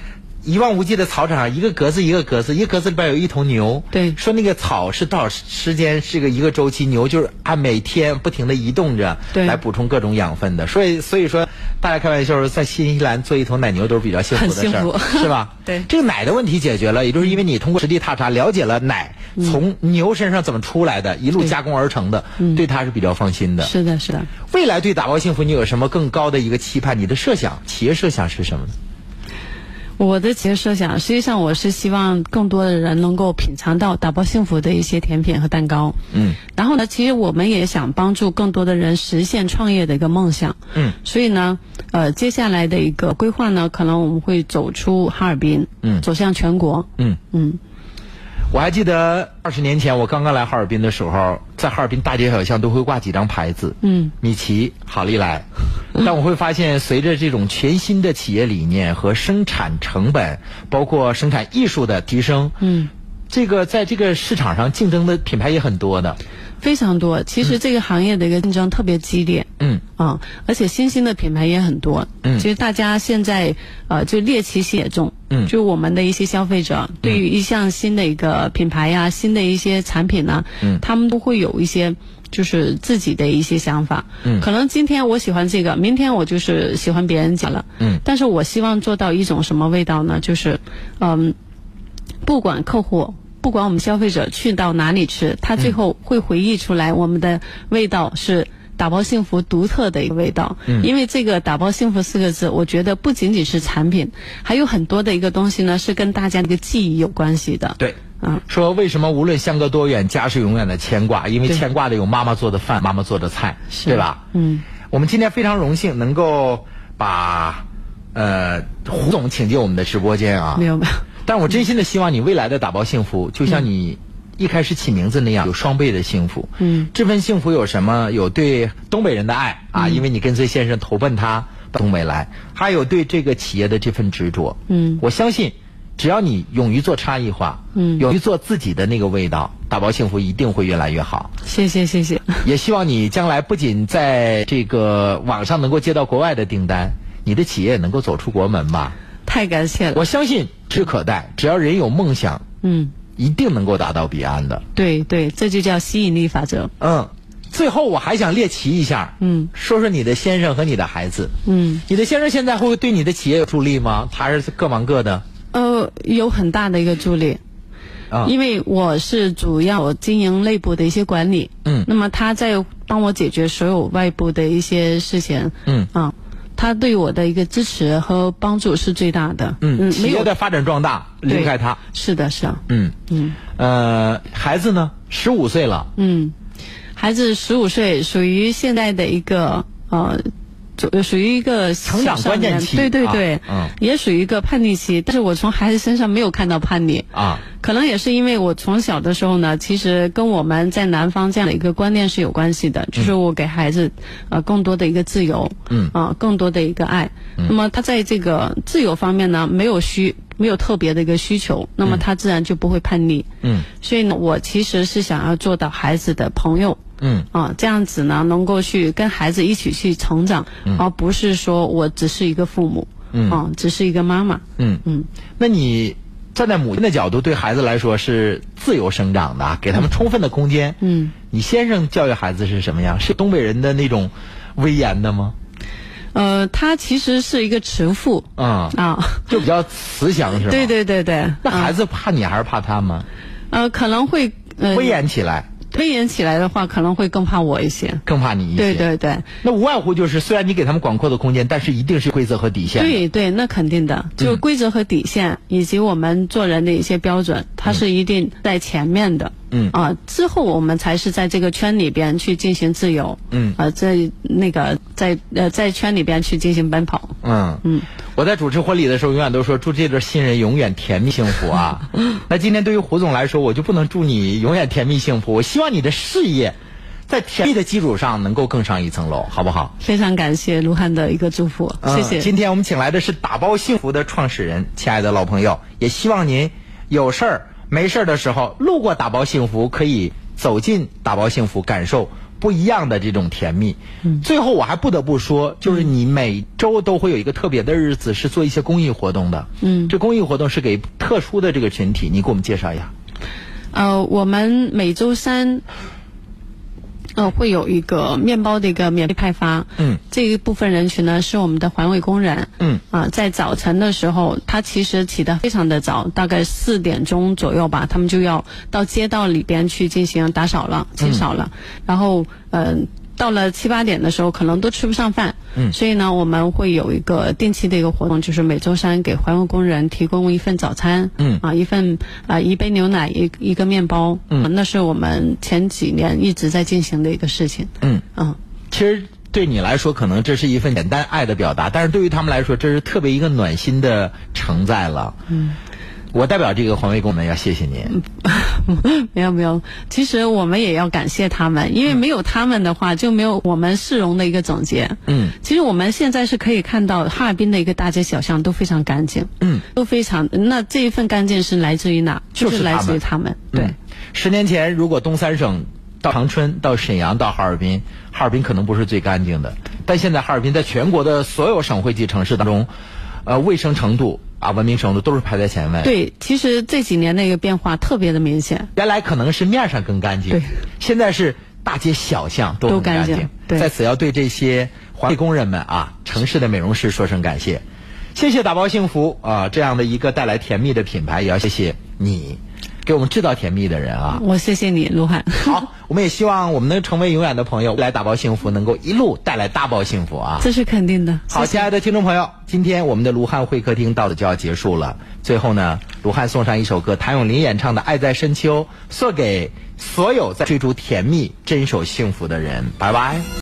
A: 一望无际的草场上，一个格子一个格子，一个格子里边有一头牛。
C: 对
A: 说那个草是多少时间是个一个周期，牛就是按每天不停的移动着，
C: 对
A: 来补充各种养分的。所以，所以说大家开玩笑说，在新西兰做一头奶牛都是比较幸福的事
C: 很幸
A: 儿，
C: 福
A: 是吧？
C: 对
A: 这个奶的问题解决了，也就是因为你通过实地踏查了解了奶
C: 嗯
A: 从牛身上怎么出来的，一路加工而成的，对它是比较放心的。
C: 嗯是的，是的。
A: 未来对打包幸福你有什么更高的一个期盼？你的设想，企业设想是什么呢？
C: 我的企业设想，实际上我是希望更多的人能够品尝到打包幸福的一些甜品和蛋糕。
A: 嗯，
C: 然后呢，其实我们也想帮助更多的人实现创业的一个梦想。
A: 嗯，
C: 所以呢，呃，接下来的一个规划呢，可能我们会走出哈尔滨，
A: 嗯
C: 走向全国。
A: 嗯
C: 嗯，
A: 我还记得二十年前我刚刚来哈尔滨的时候，在哈尔滨大街小巷都会挂几张牌子，
C: 嗯，
A: 米奇、好利来。但我会发现，随着这种全新的企业理念和生产成本，包括生产艺术的提升，
C: 嗯，
A: 这个在这个市场上竞争的品牌也很多的，
C: 非常多。其实这个行业的一个竞争特别激烈。
A: 嗯
C: 啊，而且新兴的品牌也很多。
A: 嗯
C: 其实大家现在呃就猎奇心也重。
A: 嗯
C: 就我们的一些消费者对于一项新的一个品牌呀、新的一些产品呢、
A: 嗯
C: 他们都会有一些。就是自己的一些想法，
A: 嗯
C: 可能今天我喜欢这个，明天我就是喜欢别人家了，
A: 嗯
C: 但是我希望做到一种什么味道呢？就是，嗯，不管客户，不管我们消费者去到哪里吃，他最后会回忆出来我们的味道是。打包幸福独特的一个味道，
A: 嗯
C: 因为这个“打包幸福”四个字，我觉得不仅仅是产品，还有很多的一个东西呢，是跟大家的一个记忆有关系的。，
A: 对。
C: 嗯，
A: 说为什么无论相隔多远，家是永远的牵挂？因为
C: 对
A: 牵挂的有妈妈做的饭，妈妈做的菜，
C: 是
A: 对吧？
C: 嗯，
A: 我们今天非常荣幸能够把呃胡总请进我们的直播间啊。
C: 没有吧？
A: 但我真心的希望你未来的打包幸福，就像你一开始起名字那样，有双倍的幸福。
C: 嗯，
A: 这份幸福有什么？有对东北人的爱啊，
C: 嗯
A: 因为你跟随先生投奔他到东北来，还有对这个企业的这份执着。
C: 嗯
A: 我相信，只要你勇于做差异化，
C: 嗯
A: 勇于做自己的那个味道，打包幸福一定会越来越 好。
C: 谢谢谢谢，
A: 也希望你将来不仅在这个网上能够接到国外的订单，你的企业也能够走出国门吧。
C: 太感谢了。
A: 我相信指可待，只要人有梦想，
C: 嗯，
A: 一定能够达到彼岸的。
C: 对对，这就叫吸引力法则。
A: 嗯，最后我还想猎奇一下，
C: 嗯，
A: 说说你的先生和你的孩子，
C: 嗯，
A: 你的先生现在会对你的企业有助力吗？他是各忙各的，
C: 呃，有很大的一个助力。
A: 啊
C: 因为我是主要我经营内部的一些管理，
A: 嗯
C: 那么他在帮我解决所有外部的一些事情，
A: 嗯
C: 啊，他对我的一个支持和帮助是最大的，
A: 嗯，企
C: 没
A: 业
C: 有
A: 的发展壮大离不
C: 对
A: 开他。
C: 是的，是啊，
A: 嗯
C: 嗯
A: 呃，孩子呢，十五岁了，
C: 嗯，孩子十五岁，属于现在的一个呃。属属于一个
A: 成长
C: 小少
A: 关键
C: 年
A: 期
C: 对对
A: 啊
C: 对，
A: 嗯
C: 也属于一个叛逆期。但是我从孩子身上没有看到叛逆，
A: 啊，
C: 可能也是因为我从小的时候呢，其实跟我们在南方这样的一个观念是有关系的，就是我给孩子呃更多的一个自由，
A: 嗯
C: 啊、更多的一个爱。那么他在这个自由方面呢，没有需没有特别的一个需求，那么他自然就不会叛逆。
A: 嗯
C: 所以呢，我其实是想要做到孩子的朋友。
A: 嗯
C: 啊，这样子呢，能够去跟孩子一起去成长，而不是说我只是一个父母，
A: 嗯
C: 啊，只是一个妈妈，
A: 嗯
C: 嗯。
A: 那你站在母亲的角度，对孩子来说是自由生长的，啊给他们充分的空间。
C: 嗯，
A: 你先生教育孩子是什么样？是东北人的那种威严的吗？
C: 呃，他其实是一个慈父
A: 啊、
C: 啊，
A: 就比较慈祥是吧？
C: 对。对对对，
A: 那孩子
C: 子
A: 怕你还是怕他吗？
C: 呃可能会呃
A: 威严起来
C: 威严起来的话，可能会更怕我一些。
A: 更怕你一些。
C: 对。对对
A: 那无外乎就是，虽然你给他们广阔的空间，但是一定是规则和底线。。
C: 对对，那肯定
A: 嗯
C: 的，就规则和底线、以及我们做人的一些标准，它是一定在前面的。
A: 嗯
C: 啊，之后我们才是在这个圈里边去进行自由。
A: 嗯
C: 啊，在那个在呃在圈里边去进行奔跑。
A: 嗯
C: 嗯，
A: 我在主持婚礼的时候，永远都说祝这对新人永远甜蜜幸福啊。
C: 嗯
A: 那今天对于胡总来说，我就不能祝你永远甜蜜幸福，我希望你的事业在甜蜜的基础上能够更上一层楼，好不好？
C: 非常感谢卢汉的一个祝福，谢谢。
A: 嗯今天我们请来的是打包幸福的创始人，亲爱的老朋友，也希望您有事儿没事儿的时候，路过打包幸福，可以走进打包幸福，感受不一样的这种甜蜜。
C: 嗯
A: 最后我还不得不说，就是你每周都会有一个特别的日子，是做一些公益活动的。
C: 嗯
A: 这公益活动是给特殊的这个群体，你给我们介绍一下。
C: 呃，我们每周三，呃，会有一个面包的一个免费派发。
A: 嗯，
C: 这一部分人群呢，是我们的环卫工人。
A: 嗯，
C: 啊、在早晨的时候，他其实起得非常的早，大概四点钟左右吧，他们就要到街道里边去进行打扫
A: 嗯
C: 了、清扫了，然后嗯。呃到了七八点的时候，可能都吃不上饭，嗯，所以呢，我们会有一个定期的一个活动，就是每周三给环卫工人提供一份早餐，
A: 嗯
C: 啊，一份啊、一杯牛奶，一一个面包，
A: 嗯
C: 啊那是我们前几年一直在进行的一个事情，
A: 嗯
C: 嗯，
A: 其实对你来说，可能这是一份简单爱的表达，但是对于他们来说，这是特别一个暖心的承载了。嗯，我代表这个环卫工们要谢谢您。
C: 没有没有，其实我们也要感谢他们，
A: 嗯
C: 因为没有他们的话，就没有我们市容的一个总结。
A: 嗯，
C: 其实我们现在是可以看到哈尔滨的一个大街小巷都非常干净，
A: 嗯，
C: 都非常。那这一份干净是来自于哪？
A: 就是
C: 来自于
A: 他
C: 他们。对，
A: 嗯十年前如果东三省到长春、到沈阳、到哈尔滨，哈尔滨可能不是最干净的，但现在哈尔滨在全国的所有省会级城市当中，呃，卫生程度啊、文明程度都是排在前位。。
C: 对，其实这几年的一个变化特别的明显。
A: 原来可能是面上更干净，
C: 对，
A: 现在是大街小巷都很
C: 都干
A: 净。
C: 净对
A: 在此要对这些环卫工人们啊，城市的美容师说声感谢，谢谢打包幸福啊、这样的一个带来甜蜜的品牌，也要谢谢你，给我们制造甜蜜的人啊。
C: 我谢谢你，卢汉。
A: 好，我们也希望我们能成为永远的朋友，来打包幸福能够一路带来大包幸福啊。
C: 这是肯定的。
A: 好，亲爱的听众朋友，今天我们的卢汉会客厅到此就要结束了。最后呢，卢汉送上一首歌，谭咏麟演唱的《爱在深秋》，送给所有在追逐甜蜜、坚守幸福的人。拜拜。